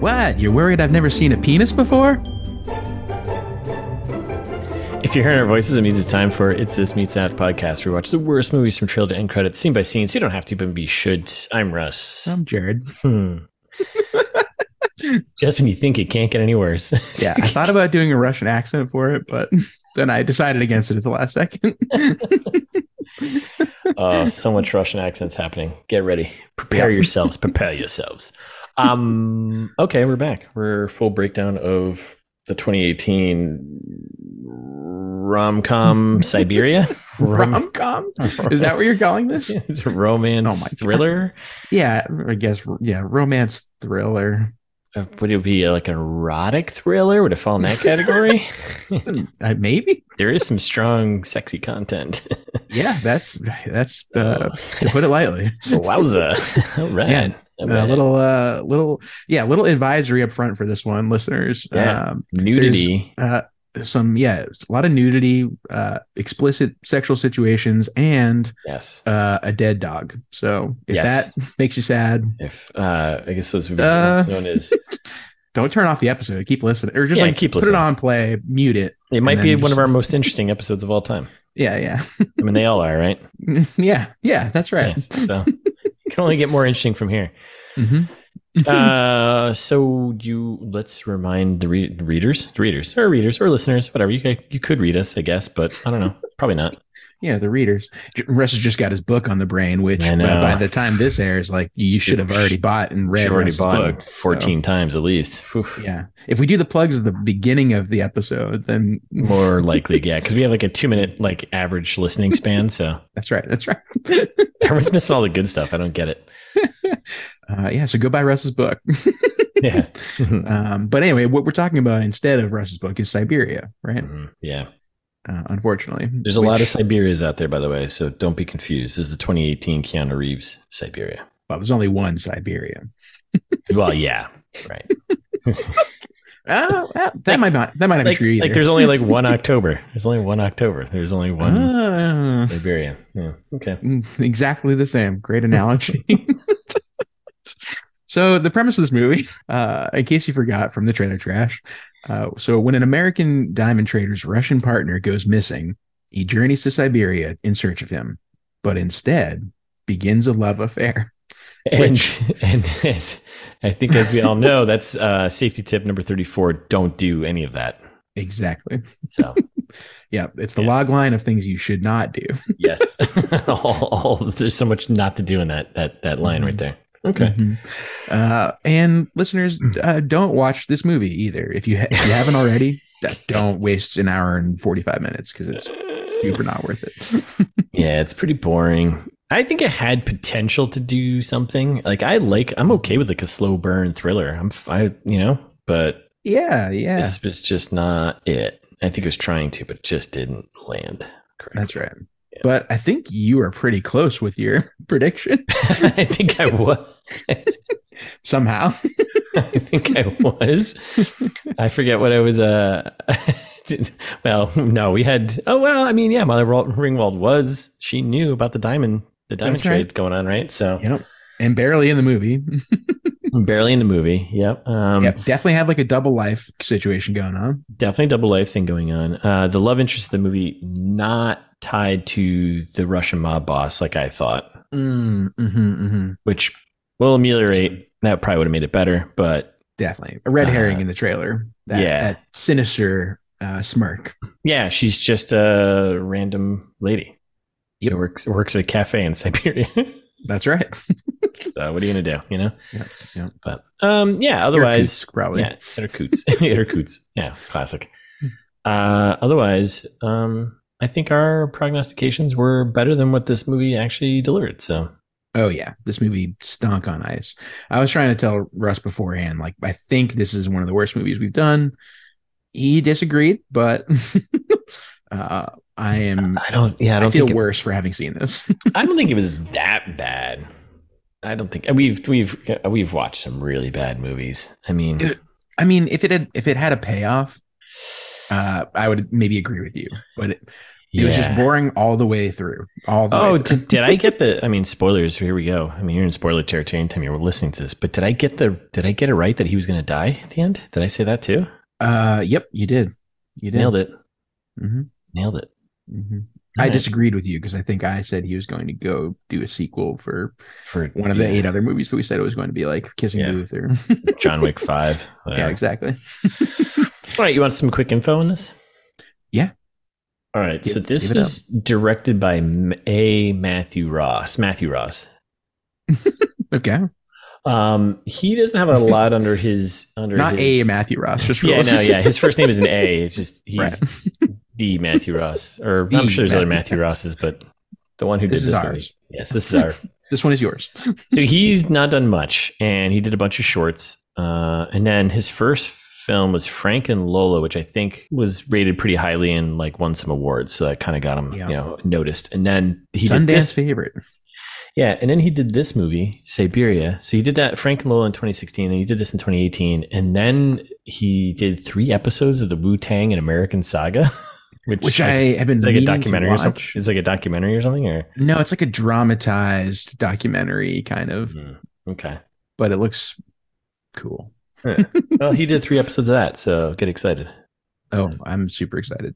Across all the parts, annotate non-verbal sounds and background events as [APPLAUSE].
What? You're worried I've never seen a penis before? If you're hearing our voices, it means it's time for It's This Meets That podcast. where We watch the worst movies from trail to end credits, scene by scene. So you don't have to, but you should. I'm Russ. I'm Jared. [LAUGHS] Hmm. Just when you think it can't get any worse. [LAUGHS] Yeah, I thought about doing a Russian accent for it, but [LAUGHS] then I decided against it at the last second. [LAUGHS] [LAUGHS] Oh, so much Russian accents happening. Get ready. Prepare Yeah. [LAUGHS] yourselves. Prepare yourselves. Um. Okay, we're back. We're full breakdown of the 2018 [LAUGHS] rom com Siberia. [LAUGHS] Rom com? Is [LAUGHS] that what you're calling this? It's a romance Oh my God. thriller. Yeah, I guess. Yeah, romance thriller. Uh, Would it be uh, like an erotic thriller? Would it fall in that category? It's an- uh, maybe. there is some strong, sexy content. Yeah, that's that's uh, to put it [LAUGHS] lightly. Wowza! All right. Yeah, All A right. little, uh, little, yeah, little advisory up front for this one, listeners. Yeah. Um, nudity. uh, some, yeah, it's a lot of nudity, uh, explicit sexual situations, and Yes. uh, a dead dog. So if Yes. that makes you sad, If uh, I guess those would be Uh, also known as don't turn off the episode. Keep listening, or just Yeah, like keep put listening. it on play, mute it. It might then be one of just- our most interesting episodes of all time. Yeah, yeah, [LAUGHS] I mean, they all are, right? yeah, yeah. That's right. Yes, so it can only get more interesting from here. Mhm. Uh, so you let's remind the re- readers, the readers, or readers, or listeners, whatever you could, you could read us, I guess, but I don't know, probably not. Yeah, the readers. J- Russ has just got his book on the brain, which I uh, know. by the time this airs, like you should have already bought and read. You've already Russ's bought book, it so- fourteen times at least. Phew. Yeah. If we do the plugs at the beginning of the episode, then More likely, yeah, because we have like a two-minute like average listening span, so [LAUGHS] that's right. That's right. [LAUGHS] everyone's missing all the good stuff. I don't get it. Uh, yeah. So go buy Russ's book. Yeah, Um, but anyway, what we're talking about instead of Russ's book is Siberia, right? Mhm. yeah. Uh, unfortunately, There's a lot of which- Siberias out there, by the way, so don't be confused. This is the 2018 Keanu Reeves Siberia. Well, there's only one Siberia. Well, yeah, [LAUGHS] right. Oh, well, that might not. That might not like, be true either. like [LAUGHS] there's only like one October. There's only one October. There's only [LAUGHS] one Ah, Liberia. Yeah. Okay. mm, exactly the same. Great analogy. [LAUGHS] so the premise of this movie, uh, in case you forgot from the trailer trash, uh, so when an American diamond trader's Russian partner goes missing, he journeys to Siberia in search of him, but instead begins a love affair. [LAUGHS] And [LAUGHS] Which- and as, I think as we all know, that's uh, safety tip number 34. Don't do any of that. Exactly. So Yeah, it's the Yeah. log line of things you should not do. yes, all, all, there's so much not to do in that that that line right there. Okay. Mhm. Uh, and listeners, Mm. uh, don't watch this movie either. If you, ha- [LAUGHS] if you haven't already, d- don't waste an hour and 45 minutes because it's super not worth it. Yeah, it's pretty boring. I think it had potential to do something. Like I like, I'm okay with like a slow burn thriller. I'm, f- I, you know, but Yeah, yeah. this was just not it. I think it was trying to, but it just didn't land. Correct. That's right. But I think you are pretty close with your [LAUGHS] prediction [LAUGHS] I think I was. [LAUGHS] somehow. I think I was. I forget what I was. Uh, [LAUGHS] did- well, no, we had. Oh well, I mean, yeah, Molly Ro- Ringwald was. She knew about the diamond, the diamond That's trade right. going on, right? So Yep. And barely in the movie. barely in the movie. Yep. Um, yep. Definitely had like a double life situation going on. definitely double life thing going on. Uh, the love interest of the movie not tied to the Russian mob boss, like I thought, Mm, mhm, mm-hmm, mhm. which will ameliorate. That probably would have made it better, but Definitely. A red Uh, herring in the trailer. That, yeah. That sinister uh, smirk. yeah, she's just a random lady. Yep. Who works works at a cafe in Siberia. [LAUGHS] That's right. so what are you gonna do? You know. Yep, yep. But um, yeah. Otherwise, Irkutsk, probably. yeah, Intercoots, [LAUGHS] Intercoots, yeah, classic. Uh, otherwise, um, I think our prognostications were better than what this movie actually delivered. So Oh yeah, this movie stunk on ice. I was trying to tell Russ beforehand, like I think this is one of the worst movies we've done. He disagreed, but [LAUGHS] uh, I am. I don't. Yeah, I I don't feel think. It, worse for having seen this. [LAUGHS] I don't think it was that bad. I don't think we've we've we've watched some really bad movies. I mean, It- I mean, if it had if it had a payoff, uh, I would maybe agree with you. But it, It was just boring all the way through. All the Oh, way through. did, did I get the? I mean, spoilers. Here we go. I mean, you're in spoiler territory anytime you're listening to this. But did I get the? Did I get it right that he was going to die at the end? Did I say that too? Uh, yep, you did. You did. Nailed it. hmm Nailed it. hmm All I right. disagreed with you because I think I said he was going to go do a sequel for for one of the eight other movies that we said it was going to be like Kissing Yeah. Booth or [LAUGHS] John [LAUGHS] Wick Five. yeah, whatever. exactly. All right, you want some quick info on this? Yeah. All right, so Give- this give it is directed by M- A. Matthew Ross. Matthew Ross. Okay, Um, he [LAUGHS] doesn't have a lot under his under not his, a Matthew Ross. [LAUGHS] Just Yeah, realized. no, yeah. His first name is an A. It's just he's Right. the Matthew Ross, or The I'm sure there's other Matthew Matthew Rosses, but the one who This did is this. ours. movie. Yes, this is our. [LAUGHS] This one is yours. so he's not done much, and he did a bunch of shorts, uh, and then his first film was Frank and Lola, which I think was rated pretty highly and like won some awards, so that kind of got him, Yeah. you know, noticed. And then he did Sundance this, favorite. yeah, and then he did this movie, Siberia. So he did that Frank and Lola in 2016, and he did this in 2018, and then he did three episodes of the Wu Tang and American Saga, [LAUGHS] which, which I have been It's like a meaning to documentary or something. watch. It's like a documentary or something, or No, it's like a dramatized documentary kind Mm-hmm. of, okay. but it looks cool. Well, he did three episodes of that, so get excited. Oh, Mm-hmm. I'm super excited.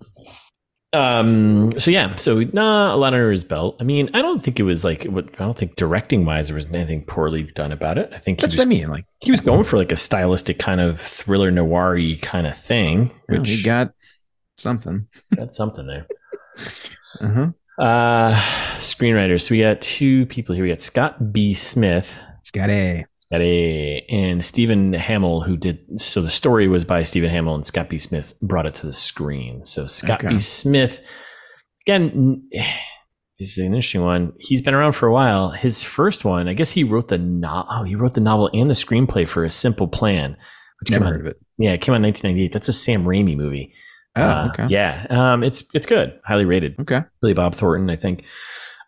Um. So yeah. So nah, a lot under his belt. I mean, I don't think it was like. What, I don't think directing wise there was anything poorly done about it. I think he That's was what I mean. Like, he was going for like a stylistic kind of thriller noir kind of thing, you know, which he got something. that's something there. Uh huh. Uh, screenwriters. So we got two people here. We got Scott B. Smith, It's got a. Got a and Stephen Hamill who did so the story was by Stephen Hamill and Scott B. Smith brought it to the screen. So Scott Okay. B. Smith again this is an interesting one. He's been around for a while. His first one, I guess he wrote the no- oh, he wrote the novel and the screenplay for A Simple Plan, which Never came heard out of it. yeah, it came out in 1998. That's a Sam Raimi movie. Oh, Uh, okay. Yeah, um, it's it's good, highly rated. Okay. Billy Bob Thornton, I think.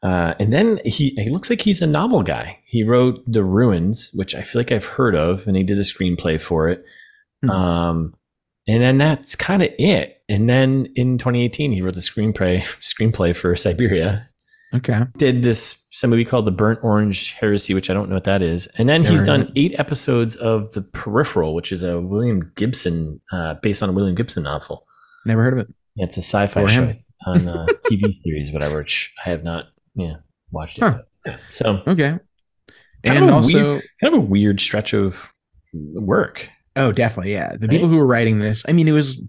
Uh, and then he it looks like he's a novel guy. He wrote The Ruins, which I feel like I've heard of, and he did a screenplay for it. Hmm. Um, and then that's kind of it. And then in 2018, he wrote the screenplay [LAUGHS] screenplay for Siberia. Okay. Did this some movie called The Burnt Orange Heresy, which I don't know what that is. And then Never he's heard done of eight episodes of The Peripheral, which is a William Gibson uh, based on a William Gibson novel. Never heard of it. Yeah, it's a sci-fi For show him. on uh, TV series, whatever. Which I have not, yeah, watched it. Huh. yet. So Okay. Kind And of a also, kind of a weird stretch of work. oh, definitely. Yeah. The people who were writing this, I mean, it was,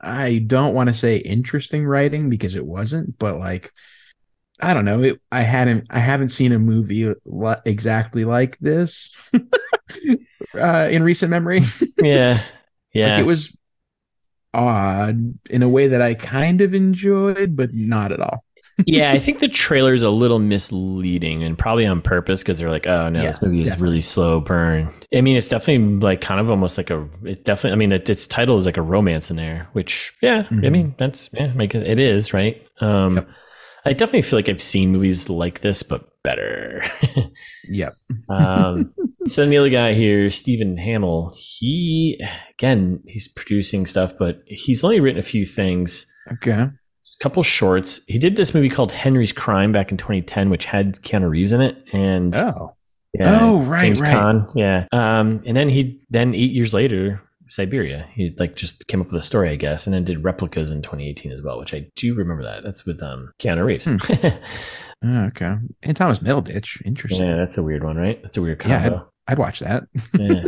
I don't want to say interesting writing because it wasn't, but like, I don't know. It, I hadn't, I haven't seen a movie li- exactly like this [LAUGHS] uh, in recent memory. Yeah, yeah. Like it was odd in a way that I kind of enjoyed, but not at all. yeah, I think the trailer is a little misleading and probably on purpose because they're like, oh no, Yeah, this movie is really slow burn. I mean, it's definitely like kind of almost like a. It definitely. I mean, it, its title is like a romance in there, which yeah, I Mhm. mean that's yeah, make it, it is right. Um, Yep. I definitely feel like I've seen movies like this, but better. [LAUGHS] Yep. um, so then the other guy here, Stephen Hamill, he again he's producing stuff, but he's only written a few things Okay. a couple shorts. He did this movie called Henry's Crime back in 2010, which had Keanu Reeves in it, and Oh. yeah, oh, right, James right. Caan, yeah. Um, and then he then eight years later, Siberia. He like just came up with a story, I guess, and then did replicas in 2018 as well, which I do remember that. That's with um Keanu Reeves. Hmm. Oh, okay. And Thomas Middleditch. Interesting. [LAUGHS] yeah, that's a weird one, right? That's a weird Yeah, combo. I'd watch that. [LAUGHS] Yeah.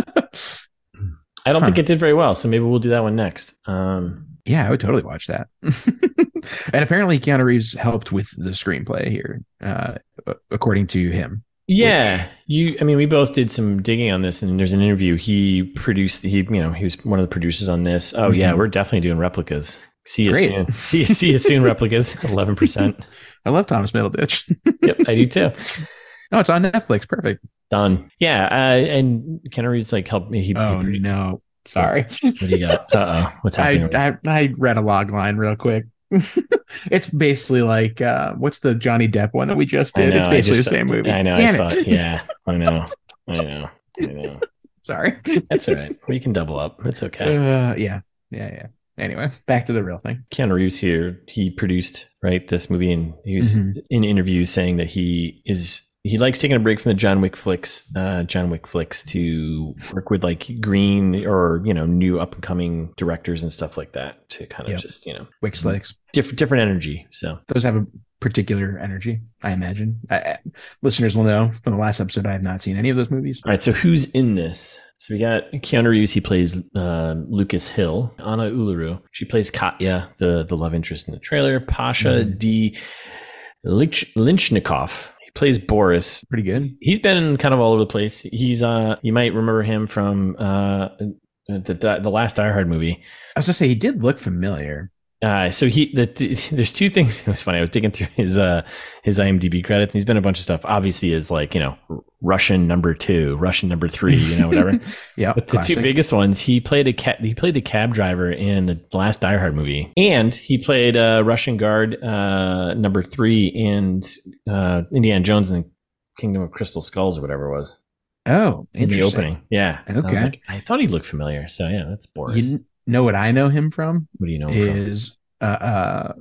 I don't Huh. think it did very well, so maybe we'll do that one next. Um, Yeah, I would totally watch [LAUGHS] that. and apparently, Keanu Reeves helped with the screenplay here, uh, according to him. Yeah, you. I mean, we both did some digging on this, and there's an interview. He produced. He, you know, he was one of the producers on this. Oh yeah, Mhm. we're definitely doing replicas. See you Great. soon. See you, see you [LAUGHS] soon. Replicas, eleven percent. I love Thomas Middleditch. [LAUGHS] Yep, I do too. no, it's on Netflix. Perfect. Done. Yeah, uh, and Ken Reeves like helped me. He, Oh he produced- no, sorry. What do you got? Uh oh, [LAUGHS] what's I, happening? I I read a log line real quick. [LAUGHS] it's basically like uh, what's the Johnny Depp one that we just I did? it's know, I basically just the saw- same movie. I know. I Damn saw it. it. Yeah, I know. I know. I know. [LAUGHS] Sorry. That's all right. We can double up. It's okay. Uh, yeah. Yeah. Yeah. Anyway, back to the real thing. Keanu Reeves here, he produced right this movie, and he was Mhm. in interviews saying that he is he likes taking a break from the John Wick flicks, uh, John Wick flicks to work with like green or you know new up and coming directors and stuff like that to kind of Yep. just you know Wick Slicks. different different energy. So Those have a particular energy, I imagine. I, I- listeners will know from the last episode, I have not seen any of those movies. all right, so who's in this? So we got Keanu Reeves. He plays uh, Lucas Hill. Anna Uluru. She plays Katya, the the love interest in the trailer. Pasha Mhm. D. Lynch, Lynchnikov. He plays Boris, Pretty good. he's been kind of all over the place. He's uh, you might remember him from uh, the, the the last Die Hard movie. I was gonna say he did look familiar. Uh, so he the, [LAUGHS] there's two things. It was funny. I was digging through his uh his IMDb credits, and he's been in a bunch of stuff. Obviously, is like you know R- Russian number two, Russian number three, you know whatever. Yeah, but the classic. two biggest ones, he played a cat. He played the cab driver in the last Die Hard movie, and he played uh, Russian guard uh, number three in uh, Indiana Jones and the Kingdom of Crystal Skulls or whatever it was oh, in the interesting. opening. Yeah. And I was Okay. like, I thought he looked familiar. So yeah, that's Boris. You kn- know what I know him from what do you know? him from? is uh, uh,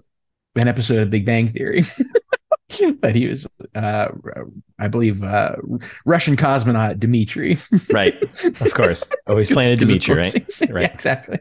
an episode of Big Bang Theory. [LAUGHS] but he was, uh, I believe, uh, Russian cosmonaut Dmitri. right. [LAUGHS] Of course. Always playing a Because of Dimitri, course right? he's- [LAUGHS] yeah, Right. exactly.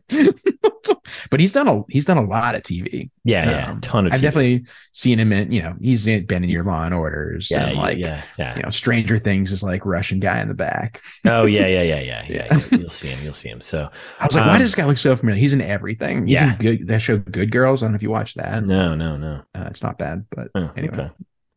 but he's done a he's done a lot of TV. Yeah. Yeah. Um, ton of I've TV. definitely seen him in, you know, he's in, been in your Law and Orders yeah, and yeah, like, yeah, yeah. you know, Stranger Things is like Russian guy in the back. Oh yeah, yeah, yeah, yeah, yeah. Yeah. You'll, you'll see him. You'll see [LAUGHS] him. So I was like, why Um, does this guy look so familiar? He's in everything. He's Yeah. in good that show Good Girls. I don't know if you watch that. no, no, no. Uh, it's not bad, but Oh, Anyway. okay.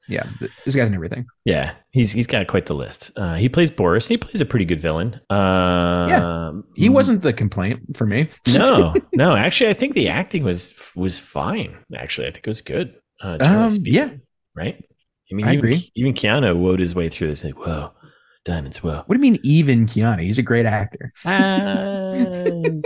yeah, th- this guy's in everything. Yeah, he's he's got quite the list. Uh, he plays Boris. He plays a pretty good villain. Uh, He wasn't the complaint for me. No, [LAUGHS] no. Actually, I think the acting was was fine. Actually, I think it was good. Uh, generally Um, speaking, yeah. right. I mean, I even, agree. even Keanu woed his way through this. Like, whoa, diamonds, whoa. What do you mean, even Keanu? He's a great actor. [LAUGHS] And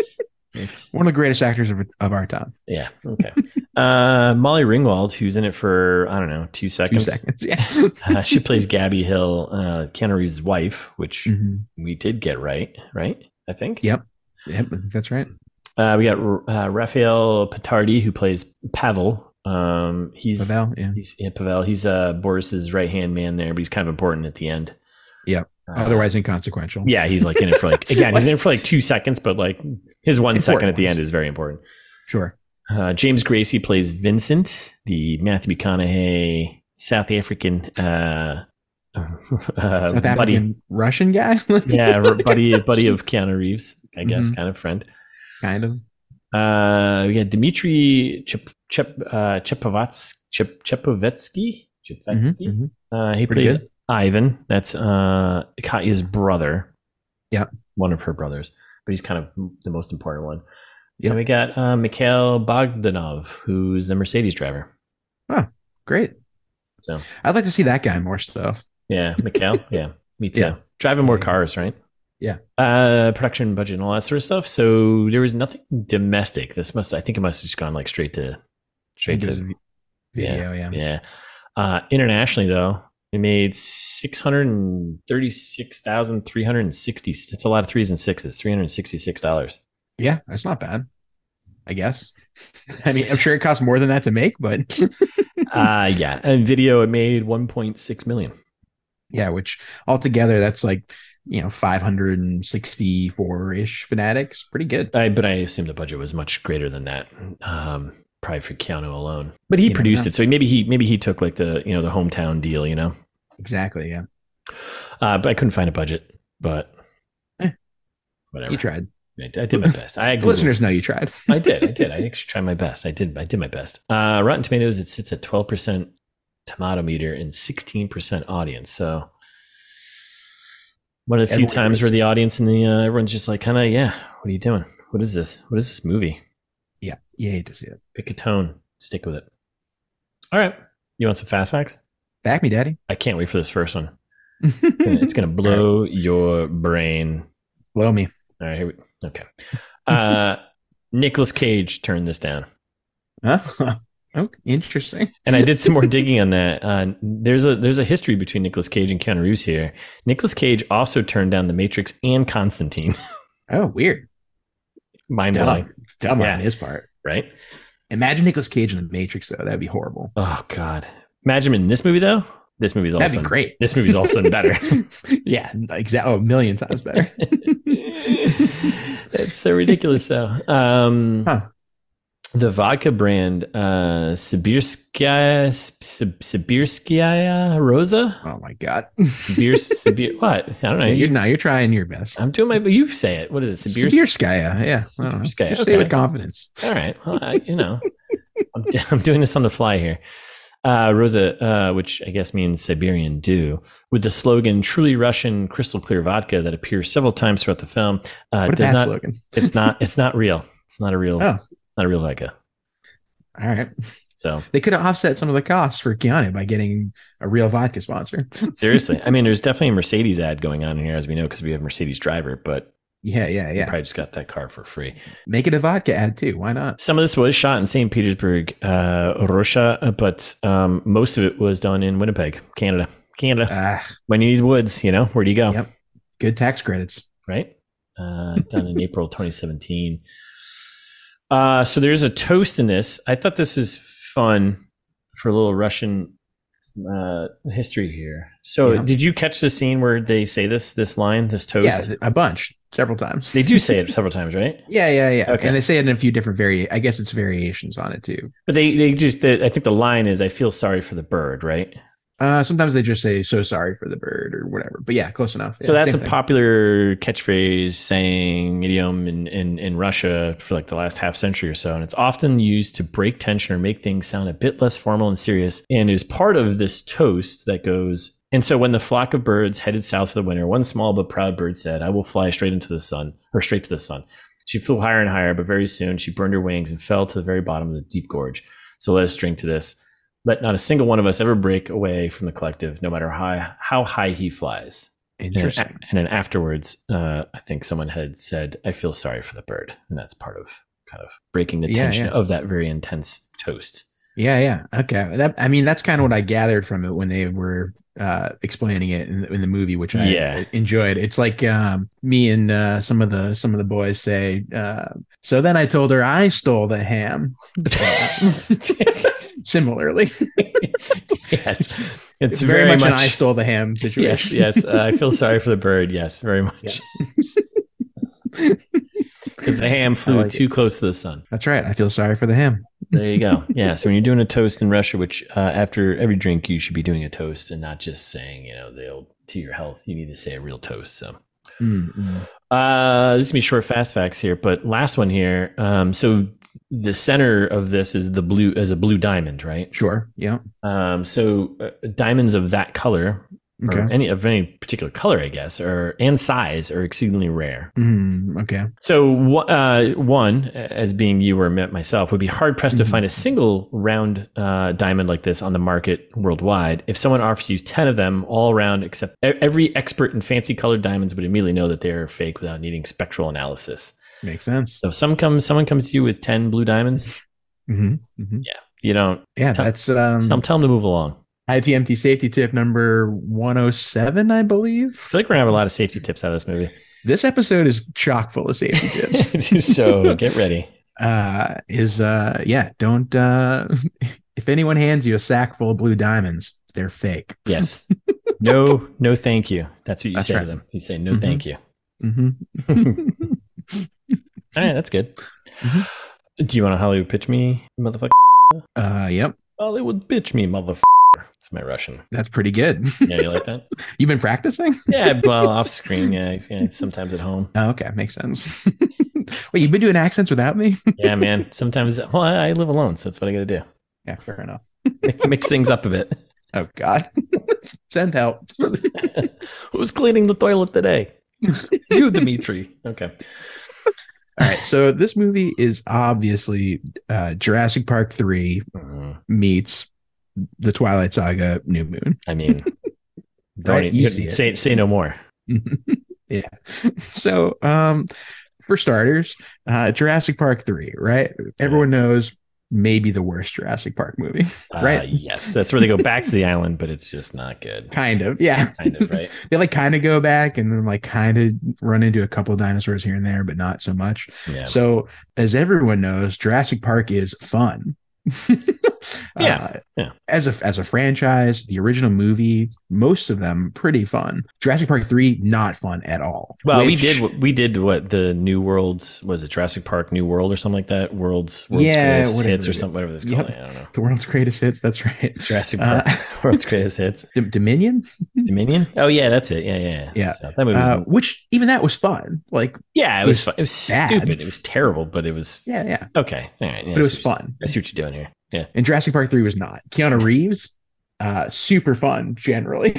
it's, One of the greatest actors of, of our time. yeah. Okay. Uh, Molly Ringwald, who's in it for I don't know two Two seconds. seconds. [LAUGHS] Yeah. [LAUGHS] uh, [LAUGHS] she plays Gabby Hill, uh, Keanu Reeves' wife, which Mhm. we did get right, right? I think. Yep. Yep. I think That's right. Uh, we got uh, Raphael Petardi, who plays Pavel. Um, he's Pavel. Yeah. He's yeah, Pavel. He's uh Boris's right hand man there, but he's kind of important at the end. Yeah. Uh, Otherwise inconsequential. yeah, he's like in it for [LAUGHS] like again, he's in it for like two seconds, but like his one Important second at the ones. end is very important. Sure. Uh, James Gracie plays Vincent, the Matthew McConaughey South African uh, [LAUGHS] uh South buddy. African Russian guy. [LAUGHS] Yeah, r- buddy buddy of Keanu Reeves, I guess, Mhm. kind of friend. kind of. Uh, we got Dmitry Chep, Chep, uh, Chepovats, Chep, Chepovetsky. Chepovetsky? Mhm, mhm. Uh, he Pretty plays Ivan. That's uh, Katya's brother. Yeah. One of her brothers, but he's kind of the most important one. Yeah. And we got uh, Mikhail Bogdanov, who's the Mercedes driver. Great. So. I'd like to see that guy in more stuff. Yeah, [LAUGHS] Mikhail. yeah, me too. Yeah. Driving more cars, right? Yeah. Uh, production budget and all that sort of stuff. So there was nothing domestic. This must, I think, it must have just gone like straight to, straight Because to, of Video. Yeah. yeah. Uh, internationally, though, it made six hundred and thirty-six thousand three hundred and sixty. That's a lot of threes and sixes. Three hundred sixty-six dollars. Yeah. That's not bad. I [LAUGHS] guess. [LAUGHS] I mean, I'm sure it costs more than that to make, but [LAUGHS] uh, yeah. And video, it made one point six million. yeah, which altogether, that's like, you know, 564 ish fanatics. Pretty good. I, but I assume the budget was much greater than that. Um, probably for Keanu alone. But he You don't produced know. it, so maybe he maybe he took like the you know the hometown deal, you know. Exactly. Yeah. Uh, but I couldn't find a budget, but Eh. whatever. You tried. I, I did my best. I The Googled. listeners know you tried. I did. [LAUGHS] I did. I actually tried my best. I did. I did my best. Uh, Rotten Tomatoes. It sits at twelve percent tomato meter and sixteen percent audience. So one of the few Everyone times agrees. where the audience and the uh, everyone's just like, kind of, yeah. What are you doing? What is this? What is this movie? Yeah. You hate to see it. Pick a tone. Stick with it. All right. You want some fast facts? Back me, daddy. I can't wait for this first one. It's gonna blow your brain. [LAUGHS] Blow me. All right. Here we. Okay. Uh, Nicholas Cage turned this down. Huh? [LAUGHS] Oh, interesting. And I did some more digging on that. Uh, there's a there's a history between Nicolas Cage and Keanu Reeves here. Nicolas Cage also turned down The Matrix and Constantine. Oh, weird. [LAUGHS] Mind blowing. Dumb Yeah. on his part. right? Imagine Nicolas Cage in the Matrix, though. That'd be horrible. Oh God, imagine him in this movie though. This movie's all of a That'd be sudden- great. [LAUGHS] This movie's all of [LAUGHS] a sudden better. yeah, exactly. Oh, a million times [LAUGHS] better. That's so ridiculous, though. Um, Huh. The vodka brand, uh, Sibirskaya, Sib- Sibirskaya Rosa? oh my god. Sibir, Sibir, what? I don't [LAUGHS] know. you're You, now you're trying your best. I'm doing my, but you say it. What is it? Sibirsk- Sibirskaya. Yeah. I don't know. Sibirskaya, Just Say it with okay. confidence. All right. Well, I, you know, I'm, [LAUGHS] d- I'm doing this on the fly here. Uh, Rosa, uh, which I guess means Siberian Dew, with the slogan "Truly Russian, crystal clear vodka" that appears several times throughout the film, uh, What a does bad not. slogan. It's not. It's not real. It's not a real. Oh. it's Not a real vodka. All right. So They could have offset some of the costs for Keanu by getting a real vodka sponsor. seriously, I mean, there's definitely a Mercedes ad going on in here, as we know, because we have a Mercedes driver, but Yeah, yeah, yeah. yeah. probably just got that car for free. Make it a vodka ad too. Why [SIGHS] not? Some of this was shot in St. Petersburg, uh, Russia, but um, most of it was done in Winnipeg, Canada. Canada. Ah, when you need woods, you know, where do you go? Yep. good tax credits. Right? Uh, done in April 2017. Uh, so there's a toast in this. I thought this is fun for a little Russian uh, history here. So Yeah. did you catch the scene where they say this, this line, this toast? Yeah, a bunch, several times. They do say it several times, right? Yeah, yeah, yeah. Okay. And they say it in a few different vari. I guess it's variations on it too. But they, they just, they, I think the line is, I feel sorry for the bird, right? Uh, sometimes they just say "so sorry for the bird" or whatever. But yeah, close enough. So Yeah, that's a same thing. popular catchphrase, saying, idiom in, in, in Russia for like the last half century or so. And it's often used to break tension or make things sound a bit less formal and serious and is part of this toast that goes. And so when the flock of birds headed south for the winter, one small but proud bird said, I will fly straight into the sun or straight to the sun. She flew higher and higher, but very soon she burned her wings and fell to the very bottom of the deep gorge. So let us drink to this. Let not a single one of us ever break away from the collective, no matter how, how high he flies. And, then- interesting. and then afterwards, uh, I think someone had said, I feel sorry for the bird. And that's part of kind of breaking the Yeah, tension yeah. of that very intense [LAUGHS] toast. [LAUGHS] Yeah, yeah. Okay. That I mean that's kind of what I gathered from it when they were uh explaining it in, in the movie which I Yeah. enjoyed. It's like um me and uh some of the some of the boys say uh so then I told her I stole the ham. [LAUGHS] Similarly. yes. It's, It's very, much, an I stole the ham [LAUGHS] yes, situation. yes. Uh, I feel sorry for the bird. Yes, very much. [LAUGHS] Because the ham flew like it. too close to the sun. That's right. I feel sorry for the ham. There you go. Yeah. So when you're doing a toast in Russia, which uh, after every drink, you should be doing a toast and not just saying, you know, the old to your health. You need to say a real toast. So. Mm, mm. Uh, this is be short fast facts here, but last one here. Um, so the center of this is the blue as a blue diamond, right? Sure. Yeah. Um, so uh, diamonds of that color Okay. or any of any particular color, I guess, or and size are exceedingly rare. Mm, okay. So wh- uh, one, as being you or me- myself, would be hard pressed Mhm. to find a single round uh, diamond like this on the market worldwide. If someone offers you ten of them all around, except e- every expert in fancy colored diamonds would immediately know that they are fake without needing spectral analysis. Makes sense. So if some comes, someone comes to you with ten blue diamonds, hmm hmm you don't Yeah, Tell- that's um tell, tell them to move along. ITMT safety tip number 107, I believe. I feel like we're gonna have a lot of safety tips out of this movie, This episode is chock full of safety [LAUGHS] tips. so get ready. uh, is uh, yeah, don't uh, [LAUGHS] if anyone hands you a sack full of blue diamonds, they're fake. [LAUGHS] Yes. No, no, thank you. That's what you That's say right. to them. You say no, Mhm. thank you. hmm Mm-hmm. All right, that's good. Mm-hmm. Do you want to Hollywood pitch me, motherfucker? [LAUGHS] Uh, yep, Hollywood bitch me, motherfucker. It's my Russian. that's pretty good. Yeah, [LAUGHS] you like that? You've been practicing? yeah, well, off screen. Yeah, yeah, sometimes at home. Oh, okay, makes sense. [LAUGHS] Wait, you've been doing accents without me? [LAUGHS] Yeah, man. Sometimes, well, I I live alone, so that's what I got to do. yeah, fair enough. Mix- Mix things up a bit. Oh God, [LAUGHS] send help. [LAUGHS] Who's cleaning the [LAUGHS] toilet today? you, Dimitri. Okay. All right, so this movie is obviously uh, Jurassic Park three Mhm. meets the Twilight Saga New Moon. [LAUGHS] I mean, don't Right, e- you you- see it. say say no more. yeah. So, um, for starters, uh, Jurassic Park three, right? Everyone knows maybe the worst Jurassic Park movie. [LAUGHS] Uh, [LAUGHS] Right. Yes, that's where they go back to the island, but it's just not good. Kind of, yeah. Kind [LAUGHS] of right. They like kind of go back and then like kind of run into a couple of dinosaurs here and there, but not so much. Yeah. So, as everyone knows, Jurassic Park is [LAUGHS] fun. Yeah, Uh, yeah. As a as a franchise, the original movie, most of them pretty fun. Jurassic Park three, not fun at all. Well, we which- did what- we did what the New Worlds was it Jurassic Park New World or something like that Worlds World's Yeah, Greatest whatever Hits it or is. something whatever it's Yep. called I don't know [LAUGHS] the world's greatest hits. That's right. Jurassic Uh, Park World's Greatest Hits D- Dominion, Dominion oh yeah that's it yeah yeah Yeah. So that movie was, uh, which even that was fun. Like, yeah it it was was fun. it was bad. stupid it was terrible but it was yeah, yeah, okay all right but it yeah, I see was what you're- fun. I see what you're doing here yeah And Jurassic Park three was not. Keanu Reeves, uh, super fun generally.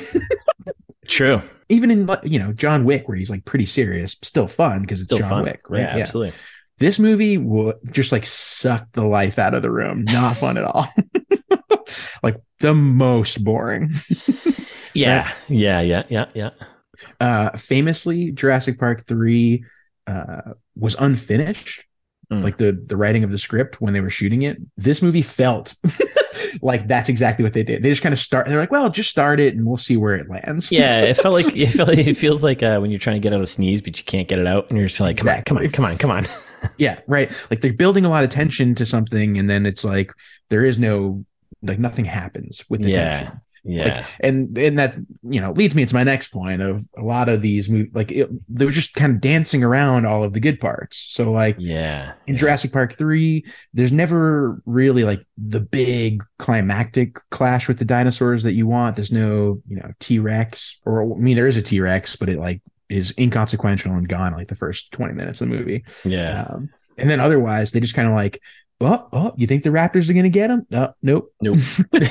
[LAUGHS] true even in like, you know John Wick, where he's like pretty serious, still fun because it's still John fun Wick, right? yeah, absolutely this movie w- just like sucked the life out of the room. Not fun at all. [LAUGHS] like the most boring. yeah yeah yeah yeah yeah Uh, famously, Jurassic Park three uh, was unfinished. Mm. Like the the writing of the script when they were shooting it, this movie felt [LAUGHS] like that's exactly what they did. They just kind of start. They're like, well, just start it and we'll see where it lands. yeah it felt like it felt like, it feels like uh, when you're trying to get out a sneeze but you can't get it out and you're just like come on come on come on come on [LAUGHS] Yeah, right. Like they're building a lot of tension to something, and then it's like there is no like nothing happens with the Yeah, tension. yeah. Like, and and that you know leads me into my next point of a lot of these movies like it, they were just kind of dancing around all of the good parts. So like Yeah. in Jurassic Park three, there's never really like the big climactic clash with the dinosaurs that you want. There's no you know T Rex or I mean there is a T Rex, but it like is inconsequential and gone like the first 20 minutes of the movie. Yeah. Um, and then otherwise, they just kind of like, oh, oh, you think the Raptors are going to get him? No, nope, Nope. [LAUGHS] [LAUGHS]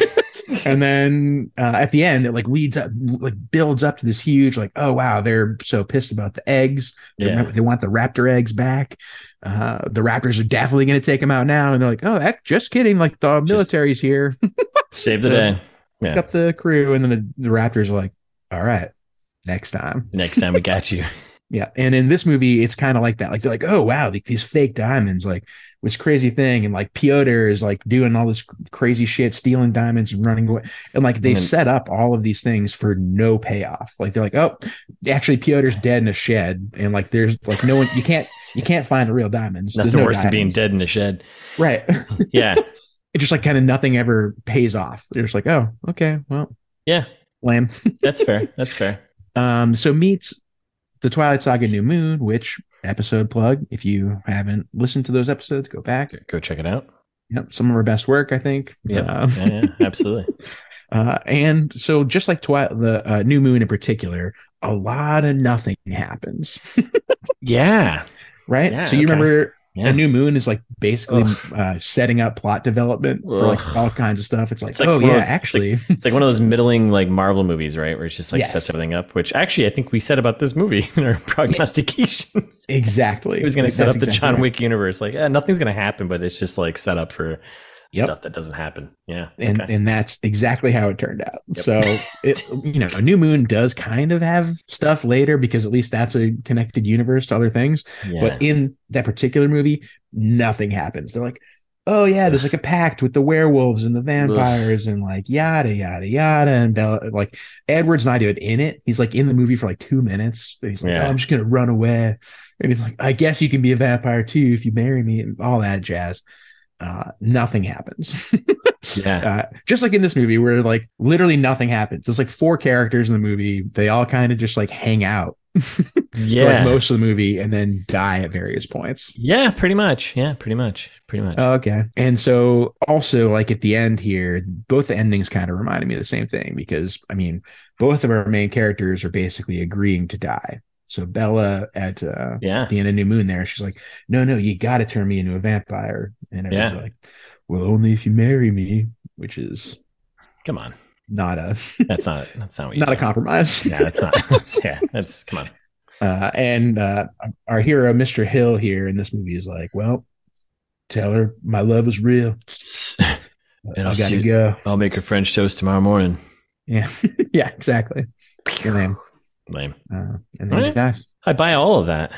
and then uh, at the end, it like leads up, like builds up to this huge, like, oh wow, they're so pissed about the eggs. They- Yeah. They want the raptor eggs back. Uh, the Raptors are definitely going to take them out now. And they're like, oh, heck, just kidding. Like the military's here, pick Save the So- day. Yeah. up the crew, and then the, the Raptors are like, all right, next time. Next time we got [LAUGHS] you. Yeah, and in this movie, it's kind of like that. Like they're like, "Oh wow, like, these fake diamonds, like this crazy thing," and like Piotr is like doing all this crazy shit, stealing diamonds and running away, and like they And then- set up all of these things for no payoff. Like they're like, "Oh, actually, Piotr's dead in a shed," and like there's like no one, you can't you can't find the real diamonds. There's Nothing no worse than being diamonds. dead in a shed. right. [LAUGHS] Yeah. it just like kind of nothing ever pays off. They're just like, "Oh, okay, well, Yeah. lame." That's fair. That's fair. Um, so meets the Twilight Saga New Moon, which episode plug. If you haven't listened to those episodes, go back. Go- Go check it out. Yep, some of our best work, I think. Yep. Um, Yeah. yeah absolutely. uh, and so just like Twi- the uh, New Moon in particular, a lot of nothing happens, [LAUGHS] Yeah. right? Yeah, so you okay. remember Yeah. a New Moon is like basically Ugh. uh, setting up plot development for Ugh. like all kinds of stuff. It's like, It's like oh one of yeah, those- it's like- actually, It's like one of those middling like Marvel movies, right? Where it's just like Yes. sets everything up, which actually I think we said about this movie [LAUGHS] in our [LAUGHS] prognostication. exactly. it was going to Like, set up that's the exactly John right. Wick universe. Like, eh, nothing's going to happen, but it's just like set up for Yep. stuff that doesn't happen. Yeah. and okay. and that's exactly how it turned out. Yep. So it you know, New Moon does kind of have stuff later because at least that's a connected universe to other things. yeah. But in that particular movie, nothing happens. They're like, oh yeah, there's like a pact with the werewolves and the vampires and like yada yada yada and Bella, like Edward's not even in it. He's like in the movie for like two minutes. And he's like, Yeah. oh, I'm just gonna run away. And he's like, I guess you can be a vampire too if you marry me and all that jazz. Uh, nothing happens. [LAUGHS] yeah. uh, just like in this movie where like literally nothing happens there's like four characters in the movie they all kind of just like hang out Yeah. for like most of the movie and then die at various points Yeah, pretty much. Yeah, pretty much. Pretty much. okay and so also like at the end here both the endings kind of reminded me of the same thing because i mean both of our main characters are basically agreeing to die so bella at uh yeah. at the end of New Moon there. She's like, no, no, you got to turn me into a vampire. And everyone's Yeah. like, well, only if you marry me, which is Come on. not a That's not that's not what [LAUGHS] you not a do. compromise. Yeah, that's not. [LAUGHS] That's, yeah, that's come on. Uh, and uh, our hero, Mr. Hill, here in this movie is like, well, tell her my love is real. And I I'll gotta see- go. [LAUGHS] I'll make a French toast tomorrow morning. Yeah, yeah, exactly. Your name. Lame. Uh, and then All he right. dies. I buy all of that.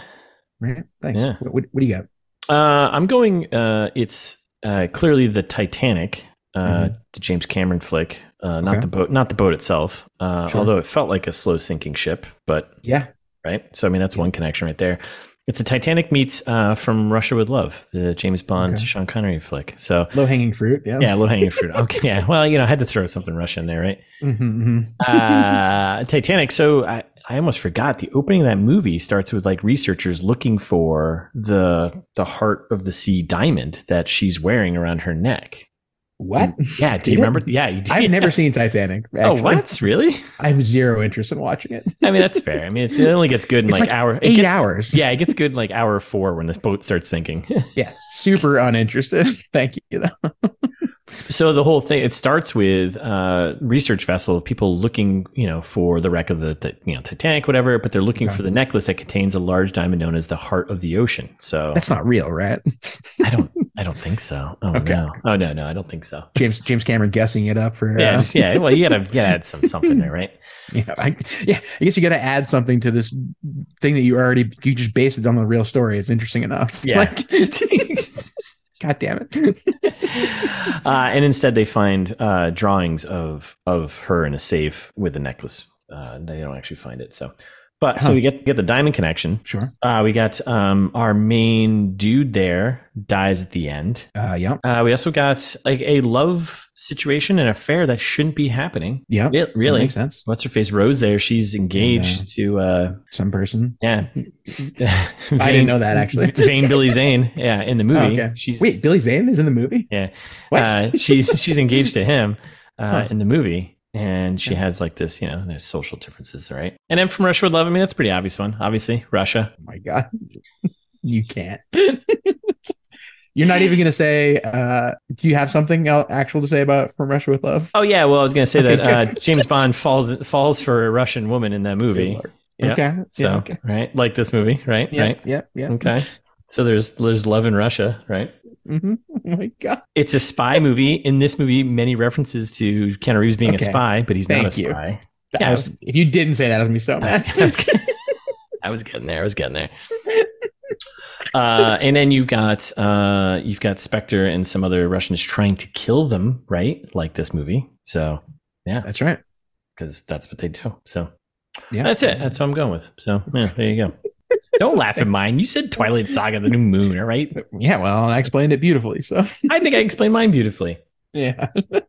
Right? Thanks. Yeah. What, what, what do you got? Uh, I'm going. Uh, it's uh, clearly the Titanic, uh, the James Cameron flick, uh, not Mm-hmm. Okay. the boat, not the boat itself. Uh, Sure. Although it felt like a slow sinking ship, but Yeah. right. So I mean, that's one connection right there. It's the Titanic meets uh, from Russia with Love, the James Bond Okay. Sean Connery flick. So Low hanging fruit. Yeah. yeah, low hanging fruit. Okay, yeah. Well, you know, I had to throw something Russian there, right? hmm uh, Titanic. So I, I almost forgot the opening of that movie starts with like researchers looking for the the heart of the sea diamond that she's wearing around her neck. What? Yeah, do you Yeah. remember? Yeah, you do. [LAUGHS] I've never Yes. seen Titanic. Oh, actually. what? Really? I have zero interest in watching it. I mean, that's fair. I mean, it, it only gets good in It's like, like hour. it Eight gets- hours. Yeah, it gets good in like hour four when the boat starts sinking. Yeah. Super uninterested. [LAUGHS] Thank you. Though. so the whole thing it starts with uh, research vessel of people looking you know for the wreck of the, the you know titanic whatever but they're looking Okay. for the necklace that contains a large diamond known as the heart of the ocean so That's not real, right? [LAUGHS] i don't i don't think so oh Okay. no oh no no i don't think so James James Cameron guessing it up for. [LAUGHS] yeah uh, just- yeah well you gotta you gotta add some something [LAUGHS] there right [LAUGHS] Yeah, I, yeah. I guess you got to add something to this thing that you already you just based it on the real story. It's interesting enough. [LAUGHS] yeah Like, God damn it. uh, and instead they find uh, drawings of of her in a safe with the necklace uh, they don't actually find it so but so Huh. we get get the diamond connection Sure. Uh, we got um, our main dude there dies at the end. Uh, yeah. Uh, we also got like a love situation, an affair that shouldn't be happening. Yeah. Re- really? makes sense. What's her face? Rose there. She's engaged to, uh, Some person. [LAUGHS] yeah. [LAUGHS] I didn't know that, actually. [LAUGHS] Vane Billy Zane. Yeah. In the movie. okay. She's, Wait, Billy Zane is in the movie. Yeah. What? [LAUGHS] Uh, she's, she's engaged to him uh, Huh. in the movie. And she has like this, you know, there's social differences, right? And then from Russia with Love, I mean, that's a pretty obvious one, obviously. Russia. oh my God, [LAUGHS] you can't. [LAUGHS] You're not even gonna say. Uh, do you have something el- actual to say about From Russia with Love? Oh yeah, well I was gonna say that uh, Okay. James Bond falls falls for a Russian woman in that Good movie. Lord. Yeah. Okay. So yeah. Okay. right, like this movie, right? Yeah. Right. Yeah. Yeah. Okay. So there's there's love in Russia, right? hmm [LAUGHS] Oh my God. It's a spy movie. In this movie, many references to Keanu Reeves being Okay. a spy, but he's not Thank a you. spy. That Yeah, I was- if you didn't say that, I was gonna be so I was, mad. I was getting, [LAUGHS] I was getting there. I was getting there. Uh, and then you've got uh, you've got Spectre and some other Russians trying to kill them, right? Like this movie. So [LAUGHS] That's right. because that's what they do. So Yeah. That's it. That's what I'm going with. So yeah, there you go. Don't laugh at mine. You said Twilight Saga: The New Moon. All right. Yeah, well, I explained it beautifully. So [LAUGHS] I think I explained mine beautifully. yeah, [LAUGHS] I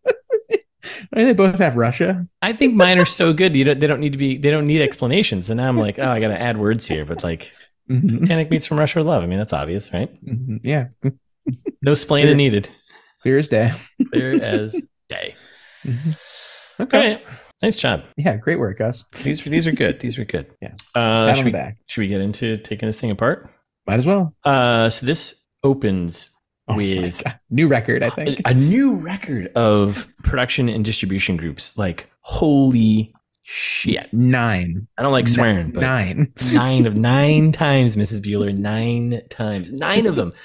mean, they both have Russia. I think mine are so good. You don't. They don't need to be. They don't need explanations. And now I'm like, oh, I got to add words here. But like, Mhm. Titanic meets from Russia with Love. I mean, that's obvious, right? Mhm. Yeah, No splaining needed. clear as day. Clear as day. Mhm. All Okay. right. Nice job. Yeah, great work, Gus. These were these are good. These were good. Yeah. Uh, Pat on should the we back. should we get into taking this thing apart? Might as well. Uh, so this opens Oh my with God. new record, I think. a, a new record of production and distribution groups. Like, holy shit. Nine. I don't like Ni- swearing, but nine. Nine. of nine times, Mrs. Bueller, nine times, nine of them. [LAUGHS]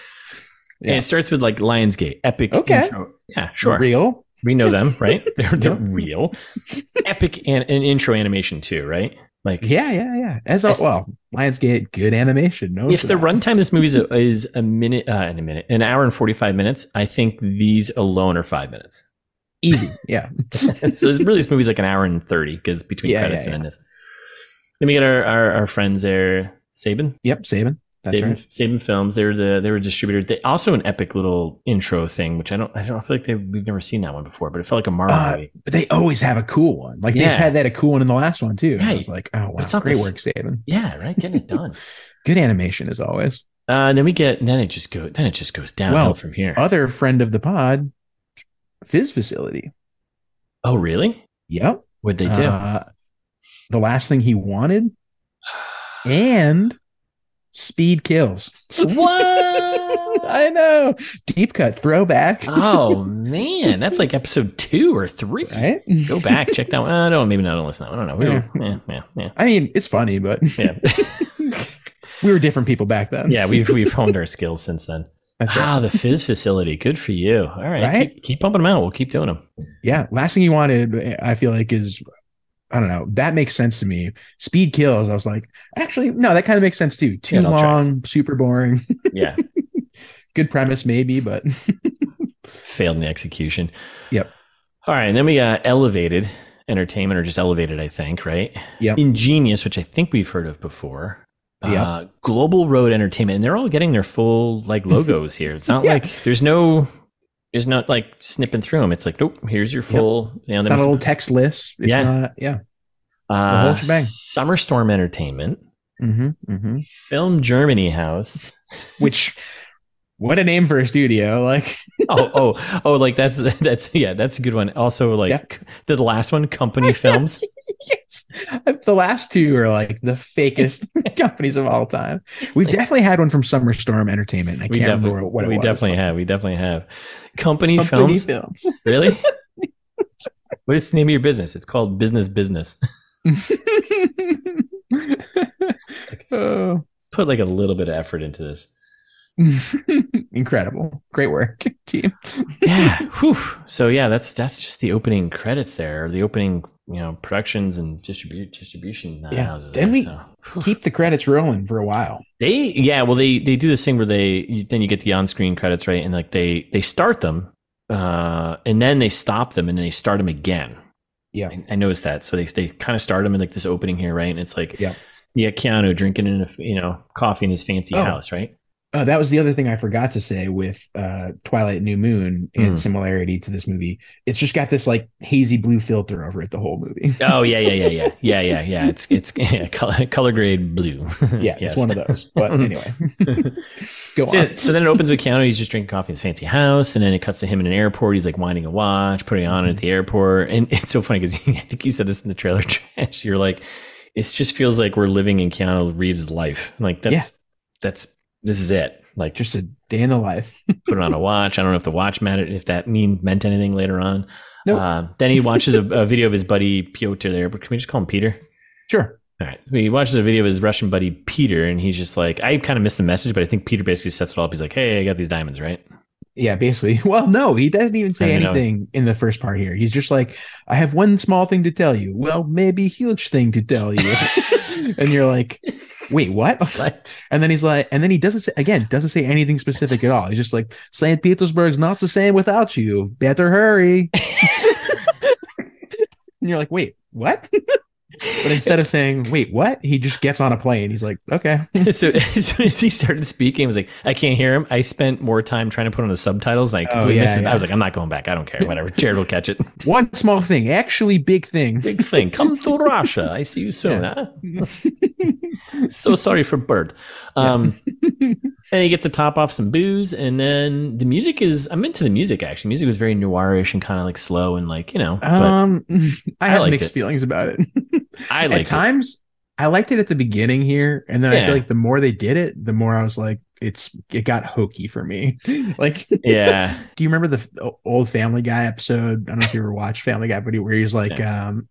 Yeah. And it starts with like Lionsgate, epic Okay. intro. Yeah, sure. Real. We know them, [LAUGHS] right? They're, they're Yeah. real. epic and an intro animation too, right? Like, Yeah, yeah, yeah. As a, well, Lionsgate, good animation. No, if for the that. runtime of this movie [LAUGHS] is a, is a minute, uh, in a minute, an hour and forty five minutes, I think these alone are five minutes. easy, yeah, And so this, really, this movie's like an hour and thirty because between Yeah, credits yeah, and in this. Then we get our, our, our friends there, Saban, yep, Saban. That's Saban, right. Saban Films. They were the they were a distributor. They also an epic little intro thing, which I don't I don't I feel like they we've never seen that one before, but it felt like a Marvel Uh, movie. But they always have a cool one. Like they just Yeah. had that a cool one in the last one too. And I Right. was like, oh wow, it's not great this- work, Saban. Yeah, right. Getting [LAUGHS] it done. Good animation as always. uh, and then we get then it just go then it just goes downhill Well, uh, from here. other friend of the pod, Fizz Facility. oh really? Yep. What they do? Uh, the last thing he wanted and Speed Kills. [LAUGHS] what? I know. Deep cut throwback. [LAUGHS] oh man, that's like episode two or three. Right? Go back, check that one. Uh, no, maybe not. Don't listen to that one. I don't know. We were- yeah, yeah, I mean, it's funny, but yeah. yeah. [LAUGHS] [LAUGHS] we were different people back then. yeah, Ah. we've we've honed our skills since then. That's right. Wow, the Fizz facility, good for you. All right, Right? Keep, keep pumping them out. We'll keep doing them. Yeah. Last thing he wanted, I feel like, is I don't know. That makes sense to me. Speed Kills. I was like, actually, no, that kind of makes sense too. Too Yeah, [LAUGHS] it [LAUGHS] all long, super boring. Yeah, Good premise, maybe, but failed in the execution. Yep. All right, and then we got Elevated Entertainment, or just Elevated, I think, right? Yep. Ingenious, which I think we've heard of before. Yep. Uh, Global Road Entertainment, and they're all getting their full [LAUGHS] like logos here. It's not Yeah. like there's no, there's not like snipping through them. It's like, nope, here's your full. You know, It's they not must- a little text list. It's Yeah. not. Yeah. uh, whole shebang. Summer Storm Entertainment, Mm-hmm, hmm hmm Film Germany House. Which, what a name for a studio! [LAUGHS] Like, oh, oh, oh, like that's [LAUGHS] that's yeah, that's a good one. Also, like Yeah. c- the last one, company films. yes. the last two are like the [LAUGHS] fakest companies of all time. We've definitely had one from Summer Storm Entertainment. [LAUGHS] I We can't definitely, remember what it we was. definitely have, we definitely have Company company, [LAUGHS] films. films. Really? what is the name of your business? It's called Business Business. [LAUGHS] [LAUGHS] Oh. Put like a little bit of effort [LAUGHS] into this. Incredible. Great work, team. Yeah. Whew. So yeah, that's that's just the opening credits there, or the opening you know productions and distribu- distribution uh, Yeah. houses. Then there, we so, whew. Keep the credits rolling for a while. They yeah, well they they do this thing where they you, then you get the on-screen credits right, and like they they start them, uh, and then they stop them and then they start them again. Yeah. I, I noticed that. So they they kind of start them in like this opening here, right? And it's like Yeah. yeah, Keanu drinking in a f- you know coffee in his fancy Oh. house, right? Oh, that was the other thing I forgot to say with uh, Twilight New Moon and Mm. similarity to this movie. It's just got this like hazy blue filter over it the whole movie. Oh yeah yeah yeah yeah yeah yeah yeah. It's it's [LAUGHS] yeah, color, color grade blue. [LAUGHS] [LAUGHS] Yeah, Yes. it's one of those. [LAUGHS] But anyway, go So, on. so then it opens with Keanu. He's just drinking coffee in his fancy house, and then it cuts to him in an airport. He's like winding a watch, putting it on at the airport, and it's so funny because [LAUGHS] I think you said this in the trailer [LAUGHS] trash. You're like, it just feels like we're living in Keanu Reeves' life. Like that's that's this is it. Like just Just a day in the life. put it on a watch. I don't know if the watch mattered, if that mean meant anything later on. Nope. Uh, then he watches a, a video of his buddy Piotr there, but can we just call him Peter? Sure. All right. He watches a video of his Russian buddy Peter, and he's just like, I kind of missed the message, but I think Peter basically sets it all up. He's like, Hey, I got these diamonds, right? Yeah, basically. [LAUGHS] Well, no, he doesn't even say I know. anything in the first part here. He's just like, I have one small thing to tell you. Well, maybe huge thing to tell [LAUGHS] you. and you're like, wait, [LAUGHS] what? What? And then he's like, and then he doesn't say, again, doesn't say anything specific at all. He's just like, St. Petersburg's not the same without you. Better [LAUGHS] hurry. and you're like, wait, what? But instead of saying, wait, what? He just gets on a plane. He's like, okay. [LAUGHS] so [LAUGHS] as soon as he started speaking, I was like, I can't hear him. I spent more time trying to put on the subtitles. Like, Oh, completely yeah, missed it. yeah. I was like, I'm not going back. I don't care. Whatever. Jared will [LAUGHS] catch it. One small thing, actually big thing. Big thing. Come to Russia. I see you [LAUGHS] soon. huh? so sorry for Bird. Um, and he gets to top off some booze, and then the music is. I'm into the music actually. Music was very noirish and kind of like slow and like you know. But Um, [LAUGHS] I I have liked mixed it. feelings about it. I like at times, I liked it at the beginning here, and then I Yeah. feel like the more they did it, the more I was like, it's it got hokey for me. [LAUGHS] Like, do [LAUGHS] Yeah. you remember the f- old Family Guy episode? I don't know if you ever watched Family Guy, but he- where he's like, um,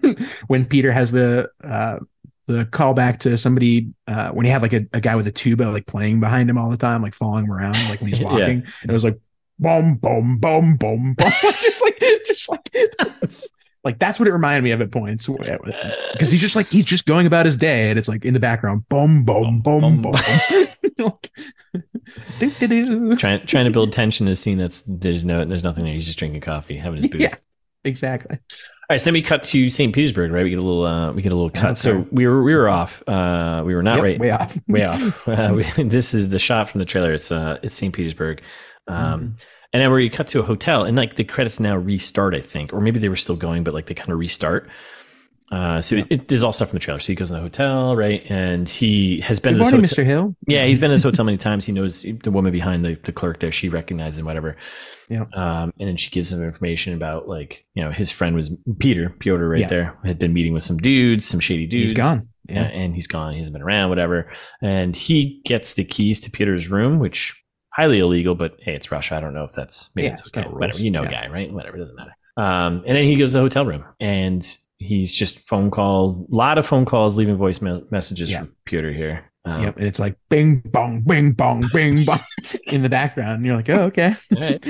[LAUGHS] when Peter has the uh the callback to somebody uh when he had like a, a guy with a tuba like playing behind him all the time, like following him around, like when he's Yeah. walking, and it was like. Boom, boom, boom, boom, boom. [LAUGHS] just like, just like, [LAUGHS] like that's what it reminded me of at points [LAUGHS] because he's just like he's just going about his day, and it's like in the background, boom, boom, boom, Boom, boom. boom. [LAUGHS] Like, doo-doo-doo. trying trying to build tension in a scene that's there's no there's nothing there. He's just drinking coffee, having his booze. Yeah. Exactly. All right, so then we cut to St. Petersburg, right? We get a little, uh, we get a little cut. So we were, we were off. Uh, we were not Yep, right, [LAUGHS] way, Way off. off. Uh, we, this is the shot from the trailer. It's, uh, it's St. Petersburg, um, and then we cut to a hotel, and like the credits now restart, I think, or maybe they were still going, but like they kind of restart. Uh, so it, it, there's all stuff from the trailer. So he goes in the hotel, right, and he has been Good to this morning, hotel- Mr. Hill. yeah, he's been in this hotel many times. He knows the woman behind the, the clerk there. She recognized him, whatever. Yeah. Um, and then she gives him information about like you know his friend was Peter Piotr right Yeah. there had been meeting with some dudes, some shady dudes. He's gone. Yeah, and he's gone. He hasn't been around, whatever. And he gets the keys to Peter's room, which highly illegal, but hey, it's Russia. I don't know if that's maybe Yeah, it's it's okay. not Whatever. rules. You know, Yeah. guy, right? Whatever. It doesn't matter. Um, and then he goes to the hotel room and he's just phone call, lot of phone calls, leaving voice me- messages Yeah. from Peter here. Um, Yep. And it's like bing bong, bing bong, bing bong [LAUGHS] in the background. And you're like, oh, [LAUGHS] okay. All right.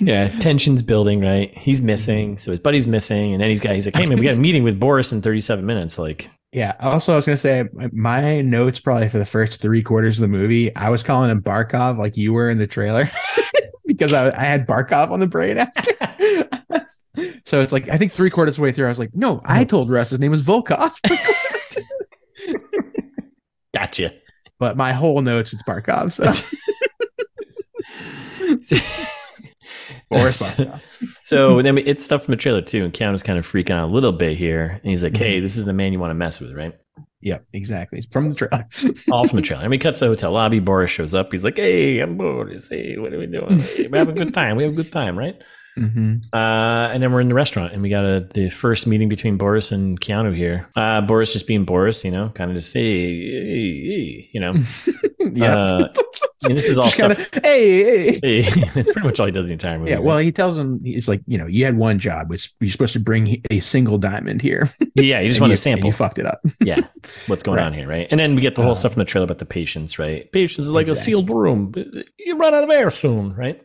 yeah, tensions building, right? He's missing, so his buddy's missing, and then he's got he's like, hey man, we got a meeting with Boris in 37 minutes. Like, Yeah. Also, I was gonna say my notes probably for the first three quarters of the movie, I was calling him Barkov like you were in the trailer. [LAUGHS] because I, I had Barkov on the brain after. [LAUGHS] so it's like I think three quarters of the way through, I was like, no, I told Russ his name was Volkov. [LAUGHS] Gotcha. but my whole notes it's Barkov. So Boris Barkov. so I mean, it's stuff from the trailer too, and Keanu's kind of freaking out a little bit here, and he's like, "Hey, this is the man you want to mess with, right?" [LAUGHS] Yep, exactly. It's from the trailer. [LAUGHS] All from the trailer. And he cuts to the hotel lobby. Boris shows up. He's like, "Hey, I'm Boris. Hey, what are we doing? Hey, we have a good time. We have a good time, right?" hmm Uh, and then we're in the restaurant, and we got a the first meeting between Boris and Keanu here. Uh, Boris just being Boris, you know, kind of just hey, hey, hey, you know. [LAUGHS] Yeah. Uh, and this is all [LAUGHS] Just stuff. kinda, hey, hey, hey. Hey, [LAUGHS] that's pretty much all he does the entire movie. Yeah, well, he tells him he's like, you know, you had one job. It's you're supposed to bring a single diamond here. right? yeah, you just And want you- and to sample. You fucked it up. yeah, what's going Right. on here, right? And then we get the whole Uh, stuff from the trailer about the patients, right? Patients is like Exactly. a sealed room. You run out of air soon, right?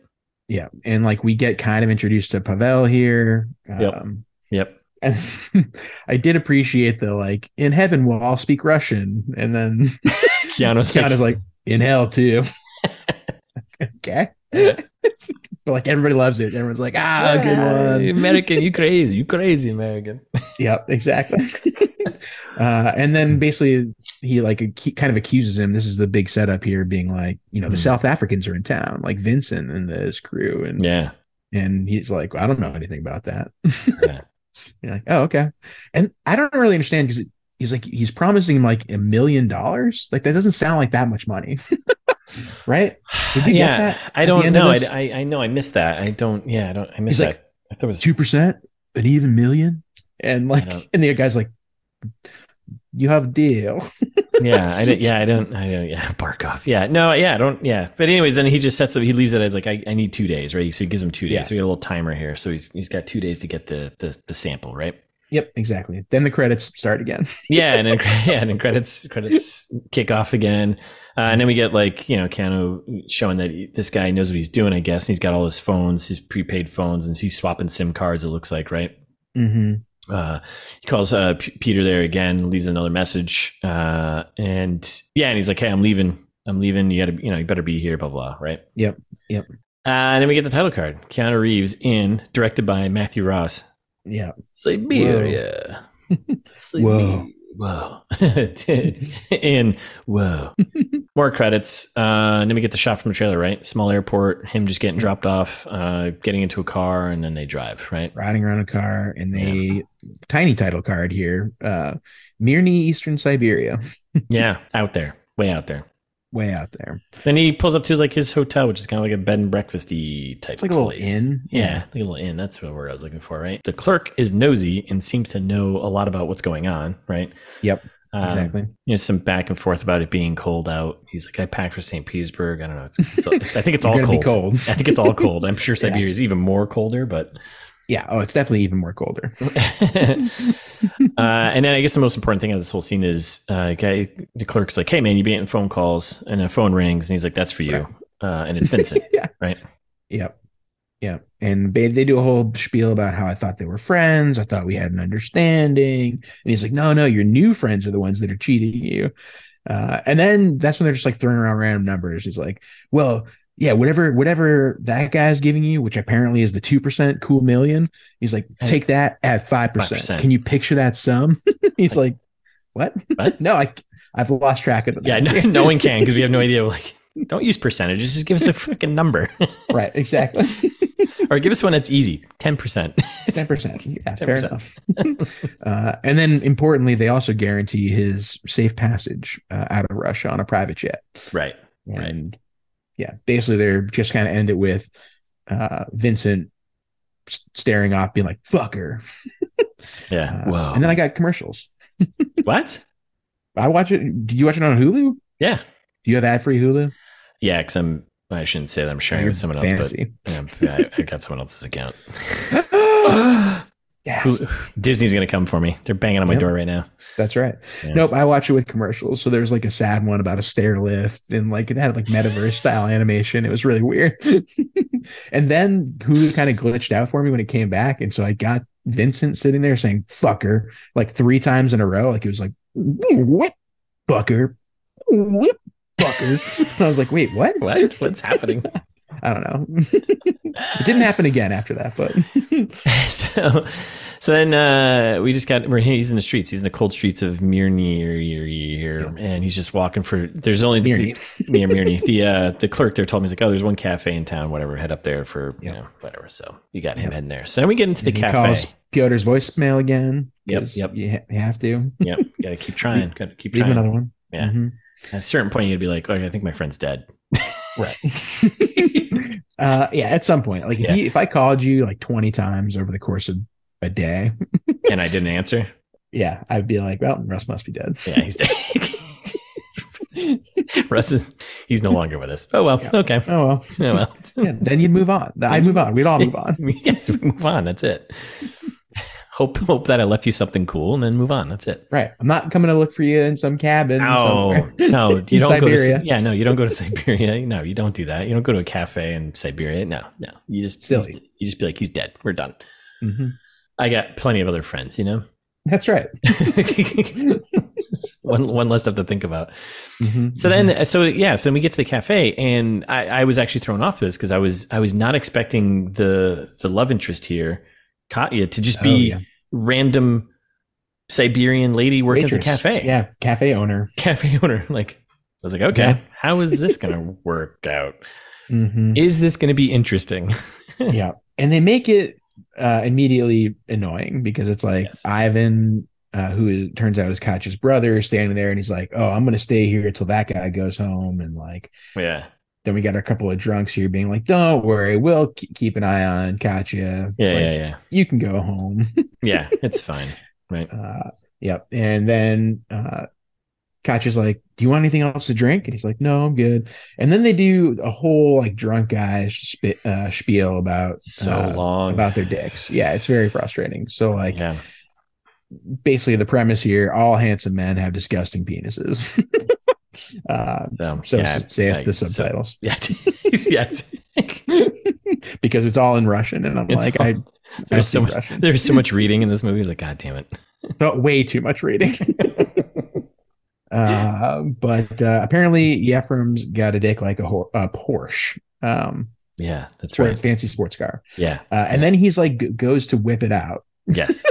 Yeah, and like we get kind of introduced to Pavel here. Yep. Um, Yep. and [LAUGHS] I did appreciate the like in heaven we'll all speak Russian, and then [LAUGHS] Keanu's, Keanu's like in hell [LAUGHS] too. [LAUGHS] okay, Yeah. but [LAUGHS] like everybody loves it. Everyone's like, ah, good one. "Hey, American, you crazy, you crazy American. Yep, [LAUGHS] exactly. uh, and then basically he like ac- kind of accuses him. This is the big setup here, being like, you know, the Hmm. South Africans are in town, like Vincent and his crew, and [LAUGHS] Yeah, and he's like, I don't know anything about that. [LAUGHS] yeah, You're like, oh, okay. And I don't really understand because he's like, he's promising him like a million dollars. Like that doesn't sound like that much money, [LAUGHS] right? Did you get yeah. that I at the don't end of know. I, this? I I know I missed that. I don't. Yeah, I don't. I missed He's that. like, I thought it was Two percent, an even million, and like, don't- and the other guy's like, you have a deal. yeah, I did, yeah, I don't, I don't, yeah, [LAUGHS] Barkov. Yeah, no, yeah, I don't, yeah. But anyways, then he just sets up. He leaves it as like, I, I need two days, right? So he gives him two days. Yeah. So we got a little timer here. So he's he's got two days to get the the, the sample, right? Yep, exactly. Then the credits start again. Yeah, and then [LAUGHS] yeah, and then credits credits kick off again, uh, and then we get like you know Keanu showing that he- this guy knows what he's doing. I guess and he's got all his phones, his prepaid phones, and he's swapping SIM cards. It looks like, right? Mm-hmm. uh, he calls uh, P- Peter there again, leaves another message, uh, and yeah, and he's like, "Hey, I'm leaving. I'm leaving. You gotta, you know, you better be here." Blah blah. Right. Yep, yep. Uh, and then we get the title card: Keanu Reeves in, directed by Matthew Ross. Yeah. Siberia. [LAUGHS] Whoa. Whoa. [LAUGHS] in [LAUGHS] whoa. More credits. Uh, and then we get the shot from the trailer, right? Small airport. Him just getting dropped off, uh, getting into a car, and then they [LAUGHS] drive, right? riding around a car and they tiny title card here. Uh Mirny Eastern Siberia, yeah, out there, way out there. way out there. Then he pulls up to like his hotel, which is kind of like a bed and breakfasty type. It's like a little place. inn. Yeah, like a little inn. That's the word I was looking for, right? The clerk is nosy and seems to know a lot about what's going on, right? Yep, Um, Exactly. There's some back and forth about it being cold out. He's like, I packed for St. Petersburg. I don't know. It's, it's, I think [LAUGHS] it's You're all gonna cold. be cold. I think it's all cold. I'm [LAUGHS] sure Yeah. Siberia is even more colder, [LAUGHS] but. [LAUGHS] Yeah. Oh, it's definitely even more colder. uh, and then I guess the most important thing of this whole scene is uh, guy, the clerk's like, "Hey man, you be getting phone calls," and a phone rings, and he's like, "That's for you," Right. uh, and it's Vincent. Yep. Yep. And they, they do a whole spiel about how I thought they were friends. I thought we had an understanding. And he's like, no, no, your new friends are the ones that are cheating you. Uh, and then that's when they're just like throwing around random numbers. He's like, well, yeah, whatever, whatever that guy's giving you, which apparently is the 2% cool million. He's like, Hey. take that at 5%. 5%. Can you picture that sum? [LAUGHS] he's like, what? [LAUGHS] What? no, I, I've lost track of the yeah, no, no one can because we [LAUGHS] have no idea. Like, don't use percentages; just give us a fucking number, [LAUGHS] right. Exactly. or give us one that's easy, ten percent. Ten percent. Yeah, fair 10%. enough. [LAUGHS] uh, and then importantly, they also guarantee his safe passage uh, out of Russia on a private jet. Right. Right. And yeah, basically they're just kind of end it with uh, Vincent s- staring off, being like "fucker." Yeah. Uh, Whoa. And then I got commercials. what? I watch it. Did you watch it on Hulu? Do Yeah. you have ad-free Hulu? Yeah, because I'm. I shouldn't say that I'm sharing You're with someone else, fancy. but um, yeah, I, I got someone [GASPS] else's account. yeah, Who- Disney's gonna come for me. They're banging on my Yep. door right now. that's right. Yeah. Nope, I watch it with commercials. So there's like a sad one about a stair lift and like it had like metaverse style animation. It was really weird. [LAUGHS] and then Hulu kind of glitched out for me when it came back. And so I got Vincent sitting there saying fucker like three times in a row. Like it was like, what? Fucker. [LAUGHS] What? Fucker. and I was like, wait, what? What? [LAUGHS] What's happening? [LAUGHS] I don't know. it didn't happen again after that, [LAUGHS] but so, so then uh, we just got. We're, he's in the streets. He's in the cold streets of Mirny, and he's just walking for. There's only the, Mirny. the- near Mirny. The uh, the clerk there told me he's like, oh, there's one cafe in town. Whatever, head up there for you Yeah. know whatever. So you got him heading there. So then we get into the he cafe. calls Piotr's voicemail again. Yep, 'cause yep. You, ha- you have to [LAUGHS] yep, gotta keep trying. Gotta keep leave him trying. another one. Yeah. Mhm. At a certain point, you'd be like, okay, I think my friend's dead. [LAUGHS] right. [LAUGHS] uh, yeah, at some point, like if, Yeah. he, if I called you like twenty times over the course of a day, and I didn't answer. yeah, I'd be like, well, Russ must be dead. Yeah, he's dead. [LAUGHS] Russ is he's no longer with us. Oh well, Yeah. okay. Oh well. Oh well. [LAUGHS] [LAUGHS] Yeah, then you'd move on. I'd move on. We'd all move on. yes, we move on. That's it. Hope hope that I left you something cool and then move on. That's it. Right. I'm not coming to look for you in some cabin. Oh [LAUGHS] somewhere. no, you In don't go Siberia. to yeah, no, you don't go to [LAUGHS] Siberia. No, you don't do that. You don't go to a cafe in Siberia. No, no. You just Silly. you just be like, he's dead. We're done. Mm-hmm. Mhm. I got plenty of other friends, [LAUGHS] you know? [LAUGHS] That's right. one one less stuff to think about. Mhm. So then, so yeah, so then we get to the cafe, and I, I was actually thrown off this because I was I was not expecting the the love interest here, Katya, to just Oh, be yeah. random Siberian lady working Waitress. at the cafe, Yeah, cafe owner. cafe [LAUGHS] owner. Like, I was like, okay, Yeah. how is this gonna work out? Mhm. Is this gonna be interesting? [LAUGHS] yeah, [LAUGHS] and they make it uh, immediately annoying because it's like Yes. Ivan, uh, who is, turns out is Katja's brother, standing there, and he's like, "Oh, I'm gonna stay here till that guy goes home," and like. yeah, Then we got a couple of drunks here being like, "Don't worry, we'll ke- keep an eye on Katya. yeah, Like, yeah, yeah, You can go home." [LAUGHS] yeah. It's fine, [LAUGHS] right? Uh, yep. And then uh, Koch is like, "Do you want anything else to drink?" And he's like, "No, I'm good." And then they do a whole like drunk guys sp- uh, spiel about So uh, long. about their dicks. Yeah, it's very frustrating. So like, yeah, basically, the premise here: all handsome men have disgusting [LAUGHS] penises. uh, so, so yeah, say I- the so- [LAUGHS] subtitles yeah, [LAUGHS] yes. because it's all in Russian, and I'm It's like, [LAUGHS] all- I, I there's so speak much- Russian. There's so much reading in this movie. It's like, God damn it. but way too much [LAUGHS] reading. uh, but uh, apparently, Yefrem's got a dick like a, hor- a Porsche, um, Yeah, that's or a right. fancy sports car. Yeah. Uh, and then he's like g- goes to whip it out. [LAUGHS] Yes.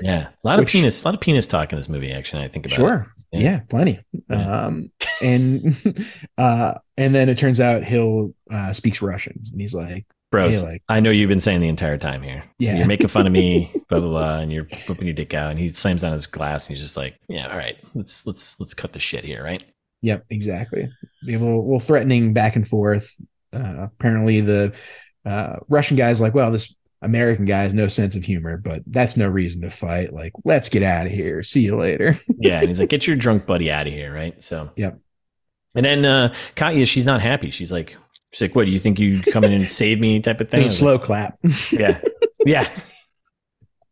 Yeah. A lot of Which- penis. A lot of penis talk in this movie. Actually, I think about. It. Sure, Yeah. yeah, plenty. Yeah. Um, and [LAUGHS] uh, and then it turns out he'll uh, speaks Russian, and he's like, Bros. Hey, like- I know you've been saying the entire time here. So Yeah. you're making fun [LAUGHS] of me, blah blah blah, and you're whipping your dick out. And he slams down his glass, and he's just like, "Yeah, all right, let's let's let's cut the shit here, right?" "Yep, exactly." Yeah, well, well, threatening back and forth. Uh, apparently, the uh, Russian guy's like, "Well, this American guy has no sense of humor, but that's no reason to fight. Like, let's get out of here. See you later." [LAUGHS] Yeah. And he's like, "Get your drunk buddy out of here, right?" So. Yep. And then uh, Katya, she's not happy. She's like, she's like, "What do you think you come in and save me?" Type of thing. There's a I was slow clap. [LAUGHS] like, yeah. Yeah.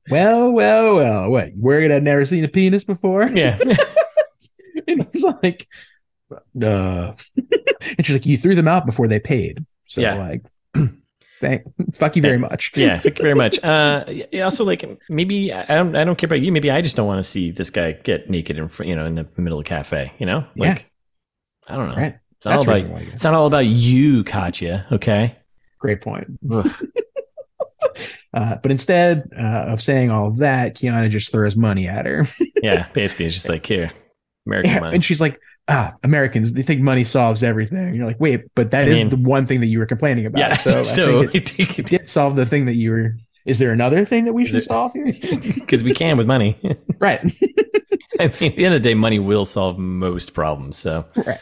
well, well, well. What? You worried I'd never seen a penis before? Yeah. [LAUGHS] And he's like, "No." [LAUGHS] and she's like, "You threw them out before they paid." So Yeah. like, [CLEARS THROAT] thank, fuck you very much. yeah thank you very much uh yeah, also like maybe i I don't i don't care about you maybe i just don't want to see this guy get naked in front you know in the middle of a cafe you know Yeah. like i don't know Right. it's not all about reasonable, I guess. it's not all about you katya okay [LAUGHS] Great point. Ugh. [LAUGHS] Uh, but instead uh, of saying all of that, Kiana just throws money at her, [LAUGHS] yeah basically it's just like here american money and she's like, "Ah, Americans, they think money solves everything." And you're like, "Wait, but that I is mean- the one thing that you were complaining about." yeah So, I [LAUGHS] so think it did solve the thing that you were. Is there another thing that we Is should it- solve here? [LAUGHS] because we can with money [LAUGHS] right, [LAUGHS] i mean at the end of the day money will solve most [LAUGHS] problems so right.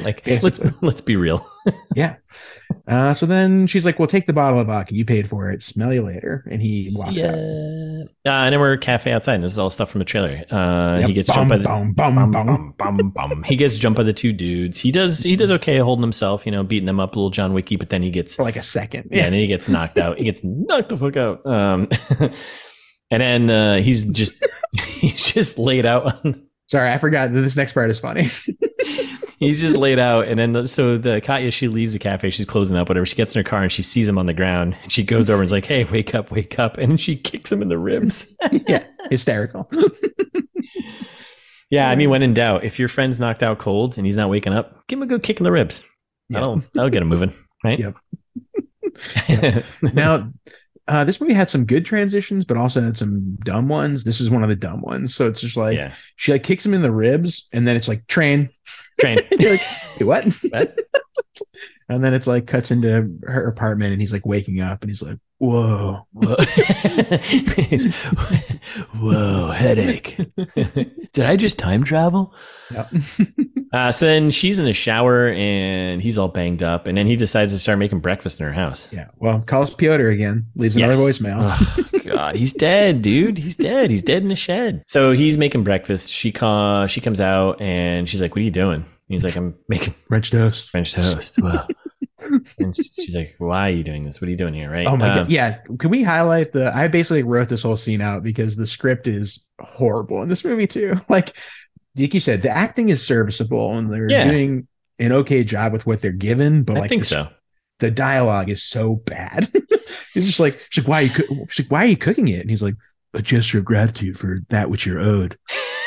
like Basically. let's let's be real Uh, so then she's like, "Well, take the bottle of vodka. You paid for it. Smell you later." And he walks yeah out. uh, and then we're at a cafe outside and this is all stuff from the trailer uh Yep. he gets Bum, jumped by the bum, bum, bum, bum. bum, bum, bum. He gets jumped by the two dudes. He does he does okay holding himself, you know, beating them up, little John Wicky, but then he gets for like a second. yeah, and then he gets knocked out. He gets knocked the fuck out. Um [LAUGHS] and then uh he's just [LAUGHS] he's just laid out on Sorry, I forgot that this next part is [LAUGHS] funny. he's just laid out and then the, so the Katya she leaves the cafe, she's closing up, whatever. She gets in her car and she sees him on the ground and she goes over and is like, Hey, wake up, wake up and she kicks him in the ribs. yeah, hysterical. Yeah, I mean when in doubt, if your friend's knocked out cold and he's not waking up, give him a good kick in the ribs. Yeah. That'll that'll get him moving. right? [LAUGHS] Yep. now uh, this movie had some good transitions but also had some dumb ones this is one of the dumb ones so it's just like yeah. she like kicks him in the ribs and then it's like train Train. You're like, Wait, what What? [LAUGHS] and then it's like cuts into her apartment and he's like waking up and he's like whoa Whoa. [LAUGHS] It's- Whoa, [LAUGHS] headache. Did I just time travel? Yep. [LAUGHS] Uh, so then she's in the shower and he's all banged up, and then he decides to start making breakfast in her house. yeah well calls piotr again leaves Yes. another voicemail Oh, God, he's dead, dude. He's dead. He's dead in a shed. So he's making breakfast. She ca- she comes out and she's like, "What are you doing?" And he's like, "I'm making french toast [LAUGHS] French toast." Whoa. and she's like, "Why are you doing this? What are you doing here?" Right? Oh my Um, god! Yeah, can we highlight the? I basically wrote this whole scene out because the script is horrible in this movie too. [LAUGHS] Like, like you said, the acting is serviceable and they're Yeah. doing an okay job with what they're given, but I like think the, so. the dialogue is so bad. [LAUGHS] it's just like she's like, why are you coo- she's like, why are you cooking it? And he's like, a gesture of gratitude for that which you're owed,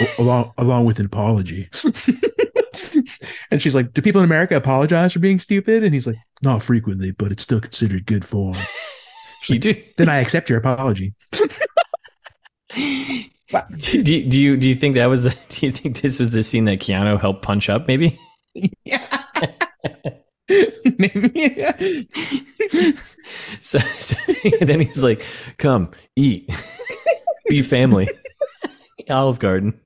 a- [LAUGHS] along along with an apology. [LAUGHS] and she's like, do people in America apologize for being stupid? And he's like, not frequently, but it's still considered good form You do. then I accept your apology. [LAUGHS] Wow. do, do, do you do you think that was the, [LAUGHS] do you think this was the scene that Keanu helped punch up maybe [LAUGHS] Yeah. Maybe. so, so then he's like come eat [LAUGHS] be family [LAUGHS] Olive Garden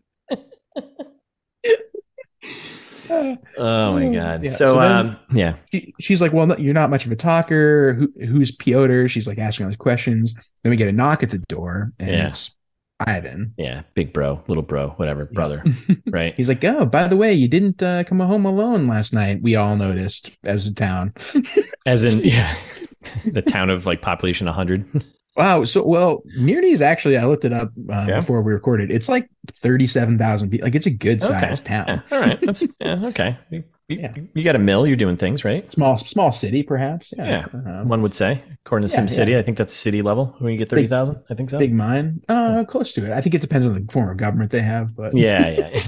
Uh, oh my god Yeah, so, so then- um yeah she- she's like, Well, no, you're not much of a talker. Who, who's Piotr? She's like asking all these questions. Then we get a knock at the door, and Yeah. it's Ivan. yeah big bro little bro whatever brother [LAUGHS] right He's like, Oh, by the way, you didn't uh, come home alone last night. We all noticed as a town. as in yeah [LAUGHS] the town of like population 100 Wow. So, well, Mirny is actually, I looked it up uh, Yeah. before we recorded. It's like 37,000 people. Like, it's a good sized town. [LAUGHS] yeah, all right that's yeah, okay you, you- Yeah. you got a mill you're doing things right Small, small city, perhaps. Yeah. Uh-huh. one would say according to Yeah, SimCity. i think that's city level when you get Big- 30000 i think so Big mine? Uh, close to it. I think it depends on the form of government they have, but [LAUGHS] Yeah, yeah.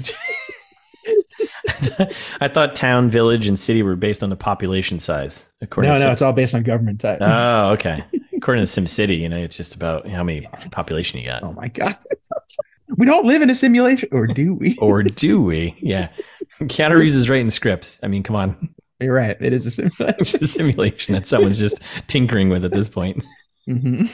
I thought town, village, and city were based on the population size. According no, to no, it's all based on government type. oh, okay. According to SimCity, you know, it's just about how many population you [LAUGHS] got, oh my god, [LAUGHS] we don't live in a simulation, or do we? or do we? Yeah, Keanu Reeves is writing scripts. I mean, come on, [LAUGHS] [LAUGHS] You're right. It is a simulation. it's a simulation that someone's just tinkering with at this point. Mhm.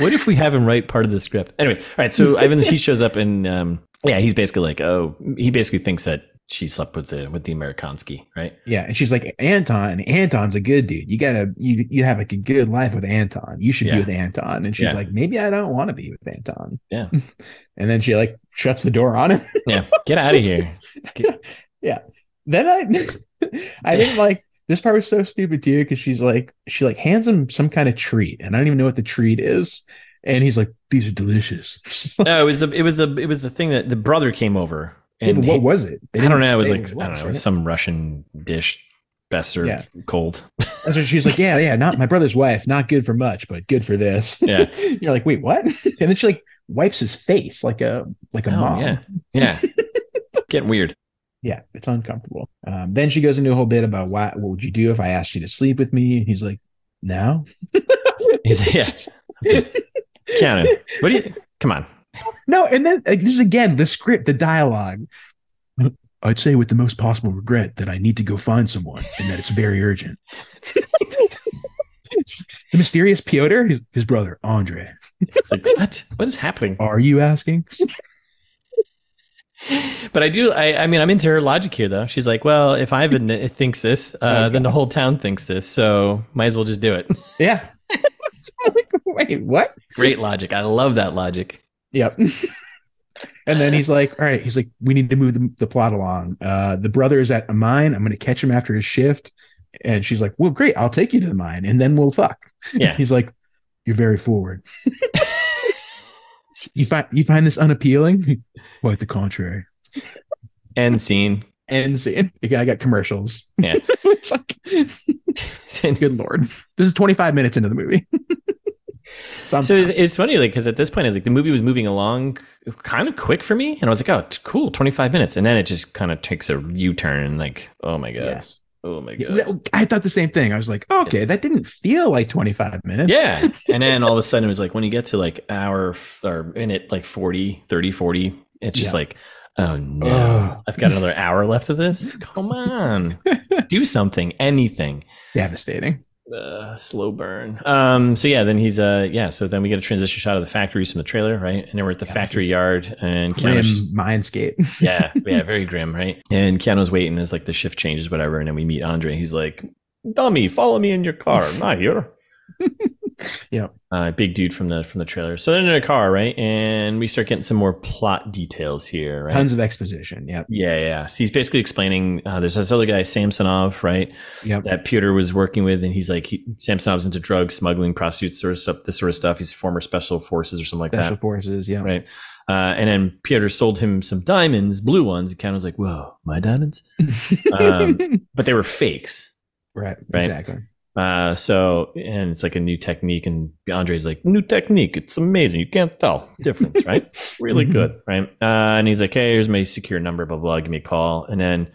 What if we have him write part of the script? Anyways, all right. So Ivan he shows up and um, yeah, he's basically like, oh, he basically thinks that she slept with the with the Amerikansky, right? Yeah, and she's like Anton. and Anton's a good dude. You gotta, you you have like a good life with Anton. You should Yeah. be with Anton. And she's Yeah. like, maybe I don't want to be with Anton. Yeah. [LAUGHS] and then she like shuts the door on him. Yeah, get out of here. then I [LAUGHS] I didn't like this part was so stupid too because she's like she like hands him some kind of treat and I don't even know what the treat is and he's like these are delicious. [LAUGHS] [LAUGHS] No, it was the it was the it was the thing that the brother came over and what he- was it? They I don't didn't know. It was say like what I don't know. It right? was some Russian dish, best served Yeah. [LAUGHS] cold. And so she's like, yeah, yeah, not [LAUGHS] my brother's wife, not good for much, but good for this. [LAUGHS] Yeah. You're like, wait, what? [LAUGHS] And then she like wipes his face like a like a Oh, mom. yeah, yeah. Getting weird. Yeah, it's uncomfortable. Um, then she goes into a whole bit about why. What would you do if I asked you to sleep with me? And he's like, now. He's like, yeah, [LAUGHS] Keanu, what do you? Come on. No, and then like, this is again the script, the dialogue. I'd say with the most possible regret that I need to go find someone and that it's very urgent. the mysterious Piotr, his, his brother Andre. It's like what? What is happening? Are you asking? But I do. I, I mean, I'm into her logic here, though. She's like, well, if Ivan thinks this, uh, Oh, then the whole town thinks this, so might as well just do it. [LAUGHS] Yeah. [LAUGHS] Like, Wait, what? Great logic. I love that logic. Yep. and then he's like, all right, he's like, we need to move the, the plot along. Uh, the brother is at a mine. I'm going to catch him after his shift. And she's like, well, great. I'll take you to the mine and then we'll fuck. Yeah. [LAUGHS] He's like, you're very [LAUGHS] forward. You find you find this unappealing? [LAUGHS] Quite the contrary. End scene. [LAUGHS] And see, the guy got commercials. Yeah. [LAUGHS] it's like, good lord, this is 25 minutes into the movie. [LAUGHS] Um, So it's, it's funny, like, because at this point, it's like the movie was moving along kind of quick for me, and I was like, "Oh, t- cool, twenty five minutes," and then it just kind of takes a U turn, like, "Oh my god!" yes, Oh my god. Yeah, I thought the same thing. I was like, okay, It's- that didn't feel like 25 minutes. Yeah. And then all of a sudden it was like when you get to like hour f- or minute like 40, 30, 40, it's just Yeah. like, oh no, Ugh. I've got another hour left of this. Come [LAUGHS] on. Do something, anything. Devastating. Uh, slow burn. Um, so yeah, then he's uh yeah, so then we get a transition shot of the factories from the trailer, right? And then we're at the Yeah. factory yard and Grim Keanu's mindscape. yeah, yeah, very grim, right? And Keanu's waiting as like the shift changes, whatever, and then we meet Andre. He's like, "Dummy, follow me in your car. I'm not here." [LAUGHS] Yeah. uh, big dude from the from the trailer. So they're in a car, right? And we start getting some more plot details here, right? Tons of exposition. Yep. yeah, yeah. So he's basically explaining. Uh, there's this other guy, Samsonov, right? Yep. That Pewter was working with, and he's like, he, Samsonov's into drug smuggling, prostitutes, sort of stuff, this sort of stuff. He's former special forces or something like Special that. forces. Yeah. Right. Uh, and then Peter sold him some diamonds, blue ones. And Count was like, whoa, my diamonds? [LAUGHS] Um, But they were fakes. right. right. Exactly. Uh, so, and it's like a new technique. And Andre's like, new technique. It's amazing. You can't [LAUGHS] tell difference, right? really Mhm. good, right? Uh, and he's like, hey, here's my secure number, blah, blah, give me a call. And then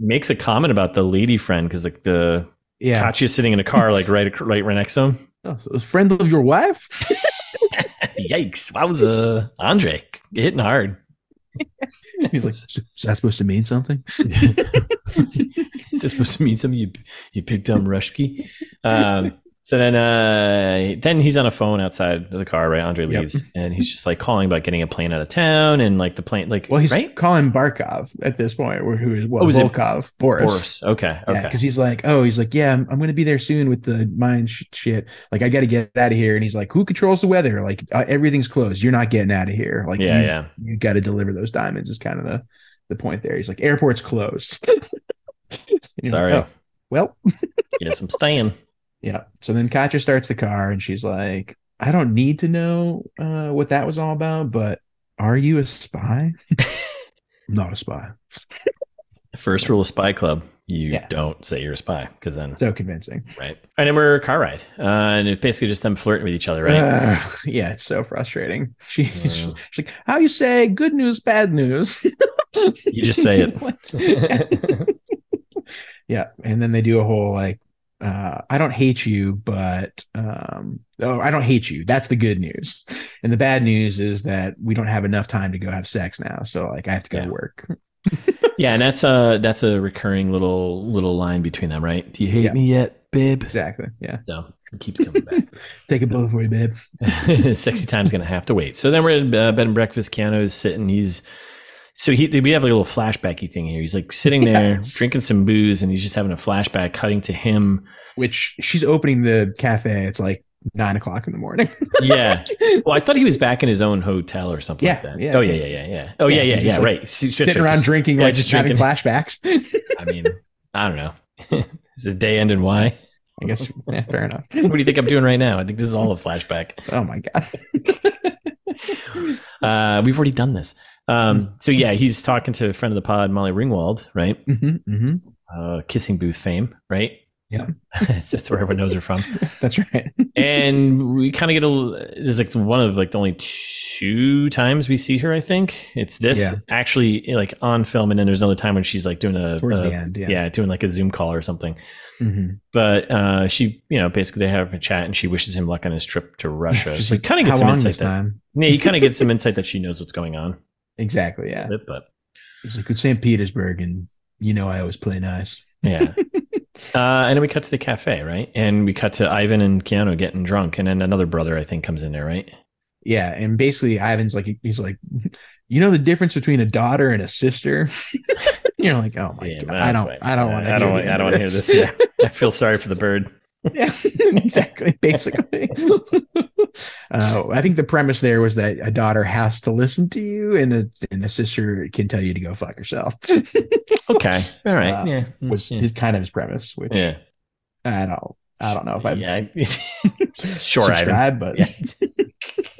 makes a comment about the lady friend because like the Yeah. Katya's sitting in a car, like right, ac- right, right next to him. Oh, so friend of your wife? [LAUGHS] Yikes. uh, Wowza. Andre hitting [LAUGHS] hard. He's like, is that supposed to mean something? Is this supposed to mean something? You, you big dumb Rushki. Um, so then, uh, then he's on a phone outside of the car, right? Andre Yep. leaves, and he's just like calling about getting a plane out of town, and like the plane, like Well, he's right, calling Barkov at this point, where who is well, Oh, is it Volkov, Boris. Boris. Okay, Yeah, okay, because he's like, oh, he's like, yeah, I'm, I'm going to be there soon with the mine sh- shit. Like, I got to get out of here. And he's like, who controls the weather? Like, uh, everything's closed. You're not getting out of here. Like, yeah, you, yeah. you got to deliver those diamonds. Is kind of the the point there. He's like, airport's closed. [LAUGHS] And you're like, Sorry, "Oh, well, yes, I'm staying. yeah. So then Katja starts the car, and she's like, I don't need to know uh, what that was all about, but are you a [LAUGHS] spy? I'm not a spy. First rule of Spy Club: you Yeah. don't say you're a spy, because then So convincing. right. And then we're car ride, uh, and it's basically just them flirting with each other, right? Ugh, yeah, it's so frustrating. She's, Yeah. she's like, "How you say good news, bad news?" you just [LAUGHS] say it. yeah, and then they do a whole like, uh, "I don't hate you, but um, oh, I don't hate you." That's the good news, and the bad news is that we don't have enough time to go have sex now. So like, I have to go Yeah. to work. Yeah, and that's a that's a recurring little little line between them, right? Do you hate Yeah. me yet, babe? Exactly. Yeah, So it keeps [LAUGHS] coming back. take a bullet for you, babe. [LAUGHS] Sexy time's gonna have to wait. So then we're at uh, bed and breakfast. Keanu is sitting. He's so he we have like a little flashbacky thing here. He's like sitting there drinking some booze, and he's just having a flashback, cutting to him. Which she's opening the cafe. It's like nine o'clock in the [LAUGHS] morning. Yeah. Well, I thought he was back in his own hotel or something like Yeah, that. yeah. Oh yeah, yeah, yeah, yeah. Oh yeah, Yeah, yeah, he's yeah. just, like, right. So- so- Sitting so- around drinking, yeah, like just just having drinking. flashbacks. [LAUGHS] I mean, I don't know. [LAUGHS] Is the day ending? Why? I [LAUGHS] guess yeah, fair enough. What do you think I'm doing right now? I think this is all a flashback. Oh my god. Uh, we've already done this. Um, so yeah, he's talking to a friend of the pod, Molly Ringwald, right? hmm hmm Uh, kissing booth fame, right? Yeah. [LAUGHS] that's where everyone knows her from. That's right. And we kind of get a. There's like one of like the only two times we see her. I think it's this Yeah. actually eh, like on film, and then there's another time when she's like doing a Towards a- the end, yeah. uh, yeah, doing like a Zoom call or something. Mhm. But uh, she, you know, basically they have a chat, and she wishes him luck on his trip [LAUGHS] to Russia. She's so you like, kind of How get some long insight this that time? yeah, you kind [LAUGHS] of get some insight that she knows what's going on. Exactly. Yeah. But It's like, it's St. Petersburg, and you know, I always play nice. [LAUGHS] Yeah. uh, and then we cut to the cafe, right? And we cut to Ivan and Keanu getting drunk, and then another brother, I think, comes in there, right? Oh Yeah. And basically, Ivan's like, he's like, you know, the difference between a daughter and a sister. [LAUGHS] You're like, oh my god, I don't, I don't want, Uh, I don't, want- I don't want to hear this. Yeah. [LAUGHS] I feel sorry for the bird. [LAUGHS] yeah, [LAUGHS] exactly. Basically, [LAUGHS] uh, I think the premise there was that a daughter has to listen to you, and a and a sister can tell you to go fuck [LAUGHS] herself. Okay, all right, Uh, yeah, [LAUGHS] was yeah. his kind of his premise, which yeah. I don't, I don't know if I yeah. [LAUGHS] sure, Ivan. subscribe, but Yeah.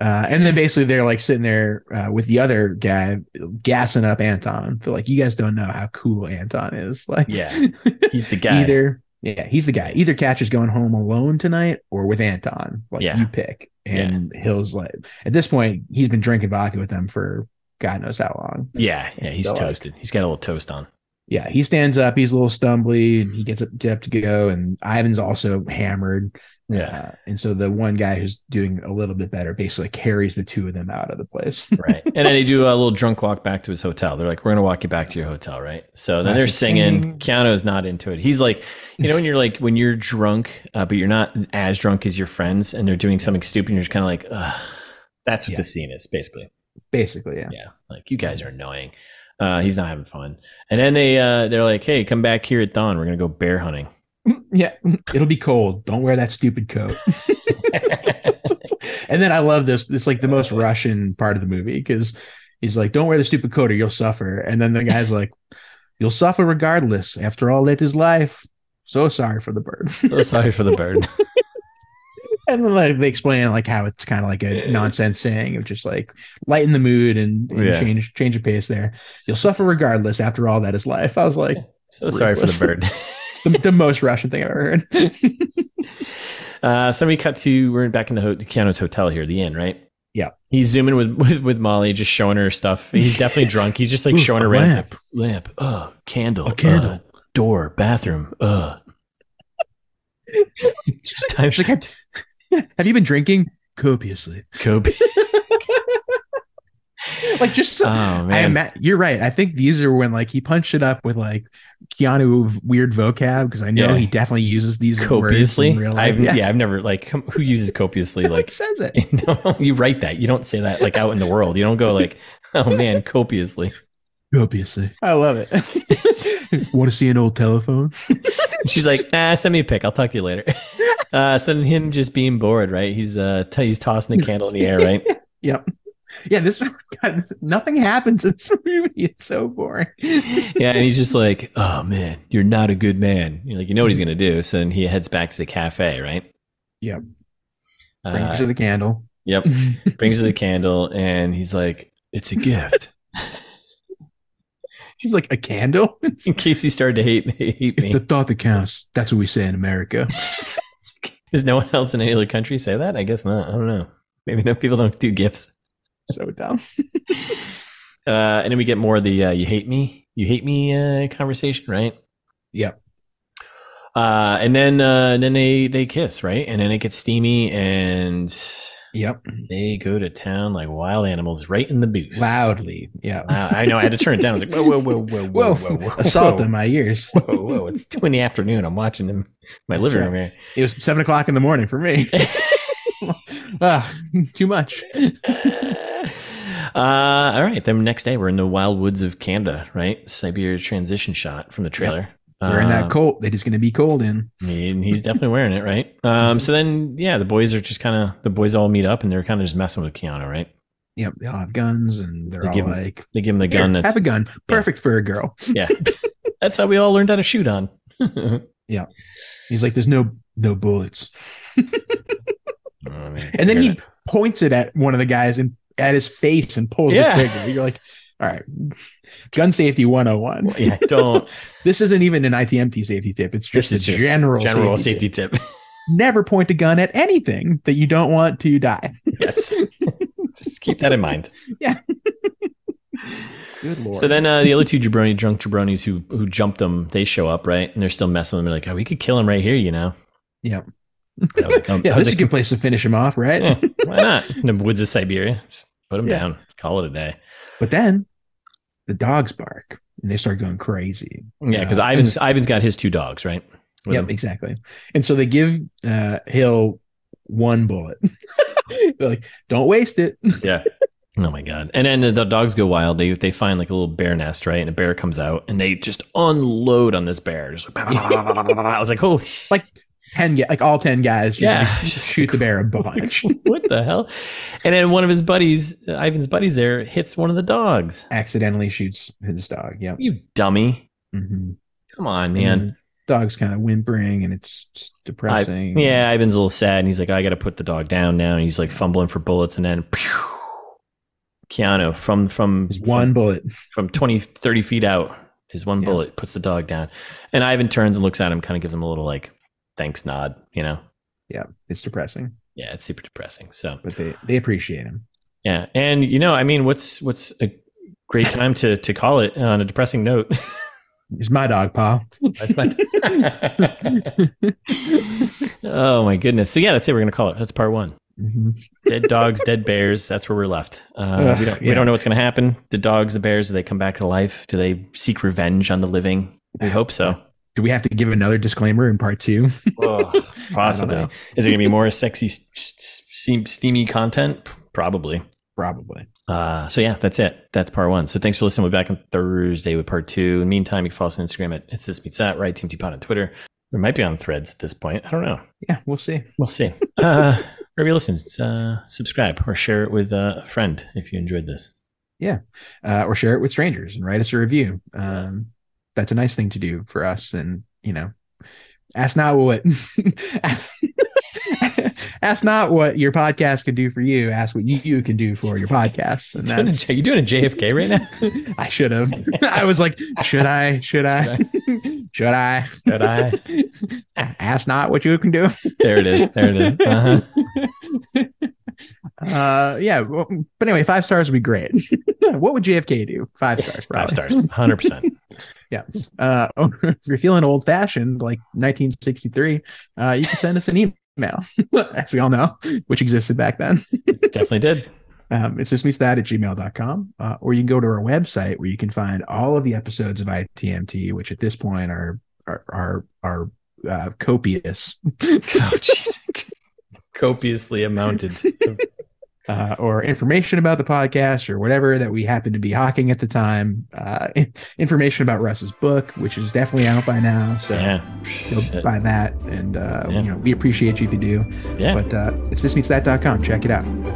Uh, and then basically they're like sitting there uh, with the other guy gassing up Anton. They're like, you guys don't know how cool Anton is. [LAUGHS] Like, Yeah, he's the guy. either yeah, he's the guy. Either Catch is going home alone tonight or with Anton. Like, Yeah. you pick. And Hill's like, at this point, he's been drinking vodka with them for God knows how long. Yeah, yeah, he's So, like- toasted. he's got a little toast on. yeah, he stands up. He's a little stumbly, and he gets up, get up to go. And Ivan's also hammered. Yeah. Uh, and so the one guy who's doing a little bit better basically carries the two of them out of the place. [LAUGHS] Right. [LAUGHS] And then they do a little drunk walk back to his hotel. They're like, we're going to walk you back to your hotel, right? So then That's they're the singing. same. Keanu's not into it. He's like, you know, when you're like, when you're drunk, uh, but you're not as drunk as your friends and they're doing something stupid, and you're just kind of like, Ugh. that's what Yeah. the scene is, basically. basically, yeah. Yeah. Like, you guys are annoying. Uh, he's not having fun. And then they, uh, they're like, hey, come back here at dawn. We're going to go bear hunting. [LAUGHS] Yeah, it'll be cold. Don't wear that stupid coat. and then I love this. It's like the most Russian part of the movie because he's like, "Don't wear the stupid coat or you'll suffer." And then the guy's like, "You'll suffer regardless. After all, it is life." So sorry for the bird. so sorry for the bird. [LAUGHS] and then like they explain like how it's kind of like a nonsense saying of just like lighten the mood and, and Yeah. change change the pace there. You'll suffer regardless. After all, that is life. I was like So sorry for the Ruthless. bird. the, the most Russian thing I've ever heard. Uh, somebody cut to we're back in the ho- Keanu's hotel here, the inn, right? Yeah. He's zooming with [LAUGHS] with, with Molly, just showing her stuff. He's definitely drunk. He's just like Ooh, showing a her random lamp. lamp, uh, candle, A candle. uh, door, bathroom, uh. Just time She's [LAUGHS] like, Have you been drinking copiously? Kobe. Like just so, Oh [LAUGHS] I man, ima- you're right. I think these are when like he punched it up with like Keanu v- weird vocab because I know Yeah. he definitely uses these words copiously. in real life. I've, yeah, yeah. I've never like come- who uses [LAUGHS] copiously He, like like. [LAUGHS] says it. You, know, you write that. You don't say that like out in the world. You don't go like, [LAUGHS] oh [LAUGHS] man, copiously. Obviously, I love it. [LAUGHS] Want to see an old telephone? And [LAUGHS] She's like, nah, send me a pic. I'll talk to you later. [LAUGHS] Uh, send him just being bored, right? He's uh, t- he's tossing the candle in the [LAUGHS] air, right? [LAUGHS] Yeah, this God, this- nothing happens in this [LAUGHS] movie. It's so [LAUGHS] boring. Yeah, and he's just like, oh man, you're not a good man. You're like, you know what he's gonna do. So then he heads back to the cafe, right? Yep. Uh, Bring it to the [LAUGHS] candle. [LAUGHS] yep. Brings her the candle, and he's like, it's a gift. [LAUGHS] She's like a candle. [LAUGHS] It's, in case you started to hate me, hate it's me. [LAUGHS] the thought that counts. That's what we say in America. Does no one else in any other country say that? I guess not. I don't know. Maybe no people don't do gifts. so dumb. Uh, and then we get more of the uh, "you hate me, you hate me" uh, conversation, right? Yep. Uh, and then uh, then they they kiss, right? And then it gets steamy, and Yep. they go to town like wild animals, right in the booth. Loudly. Yeah. Wow, I know. I had to turn it down. I was like, whoa, whoa, whoa, whoa, Whoa, whoa, whoa, whoa [LAUGHS] Assault whoa, in my ears. Whoa, whoa! It's two in the afternoon. I'm watching them. My living room here. It was seven o'clock in the morning for [LAUGHS] me. [LAUGHS] Ah, too much. uh, all right. Then next day, we're in the wild woods of Canada, right? Siberia transition shot from the trailer. We're in Um, that cold. That he's going to be cold in. and he's definitely wearing it, right? Mm-hmm. Um, so then, yeah, the boys are just kind of the boys all meet up and they're kind of just messing with Keanu, right? Yep, they all have guns, and they're They all give him like, They give him the "Here, gun. "Have That's a gun, perfect for a girl." yeah, that's how we all learned how to [LAUGHS] shoot on. Oh, He's like, "There's no no bullets," [LAUGHS] man. and then You're he not- points it at one of the guys and at his face and pulls Yeah. the trigger. You're like, "All right, gun safety 101. [LAUGHS] yeah, [LAUGHS] don't. This isn't even an ITMT safety tip. It's just This a is just general general safety. safety tip. tip. Never point a gun at anything that you don't want to die." [LAUGHS] [LAUGHS] yes, just keep that in mind. Good lord. So then uh, the other two jabroni, drunk jabronis who who jumped them, they show up, right? And they're still messing with them. They're like, oh, we could kill him right here, you know? Yep. And I was like, um, [LAUGHS] yeah, I was this is a like, good place to finish him off, right? eh, why not? In the woods of Siberia, just put him Yeah. down, call it a day. But then the dogs bark and they start going crazy. Yeah, because Yeah. Ivan's Ivan's got his two dogs, right? With Yep, him. exactly. And so they give uh, Hill one bullet. [LAUGHS] They're like, don't waste it. Yeah. Oh my god! And then the dogs go wild. They they find like a little bear nest, right? And a bear comes out, and they just unload on this bear. Just like, [LAUGHS] I was like, oh Ten, gu- like all ten guys, just [LAUGHS] yeah, like, [LAUGHS] shoot the bear a bunch what the hell? And then one of his buddies, uh, Ivan's buddies, there hits one of the dogs. accidentally shoots his dog. Yep. You dummy! hmm Come on, man. dog's kind of whimpering and it's it's depressing. Yeah, Ivan's a little sad, and he's like, "I got to put the dog down now." And he's like fumbling for bullets, and then pew, Keanu from from There's one bullet. from 20, 30 feet out, his one Yeah. bullet puts the dog down, and Ivan turns and looks at him, kind of gives him a little like thanks nod, you know. It's depressing, Yeah, it's super depressing. So but they they appreciate him. yeah, and you know, I mean, what's what's a great time to to call it on a depressing note? [LAUGHS] It's my dog, Pa. Mm-hmm. That's my. [LAUGHS] oh my goodness. So yeah, that's it. We're gonna call it. That's part one. Mhm. Dead dogs, dead bears. That's where we're left. Uh, we, Ugh, don't, we yeah. don't know what's gonna happen. The dogs, the bears. Do they come back to life? Do they seek revenge on the living? We hope [LAUGHS] so. Do we have to give another disclaimer in part two? Ugh, possibly. I don't know. Is it gonna be more sexy, s- s- steam- steamy content? Probably. Probably. Uh, so yeah, that's it. That's part one. So thanks for listening. We'll be back on Thursday with part two. In the meantime, you can follow us on Instagram at it's this meets that, right? Team T Pod on Twitter. We might be on threads at this point. I don't know. Yeah, we'll see. We'll see. [LAUGHS] Uh, wherever you listen, uh, subscribe or share it with uh, a friend if you enjoyed this. Uh, or share it with strangers and write us a review. Um, that's a nice thing to do for us. And, you know, ask not what, [LAUGHS] ask, not what your podcast can do for you. Ask what you, you can do for your podcast. And Doing a that's, J- you doing a JFK right now? I should have. [LAUGHS] I was like, should I? Should I? [LAUGHS] Should I? Should I? Ask not what you can do. There it is. There it is. Uh-huh. Uh, yeah. Well, but anyway, five stars would be great. [LAUGHS] what would JFK do? Five stars. Five probably. stars. 100%. Uh, [LAUGHS] or if you're feeling old fashioned, like 1963, uh, you can send us an email, [LAUGHS] as we all know, which existed back then. Definitely did. Um, it's just meets that at gmail.com. Uh, or you can go to our website where you can find all of the episodes of ITMT, which at this point are, are, are, are uh, copious Oh, jeez. [LAUGHS] Copiously amounted. uh, or information about the podcast or whatever that we happen to be hawking at the time. Uh, information about Russ's book, which is definitely out by now. So Yeah. go Shit. buy that. And, uh, Yeah. you know, we appreciate you if you do. Yeah. But uh, it's thismeetsthat.com. Check it out.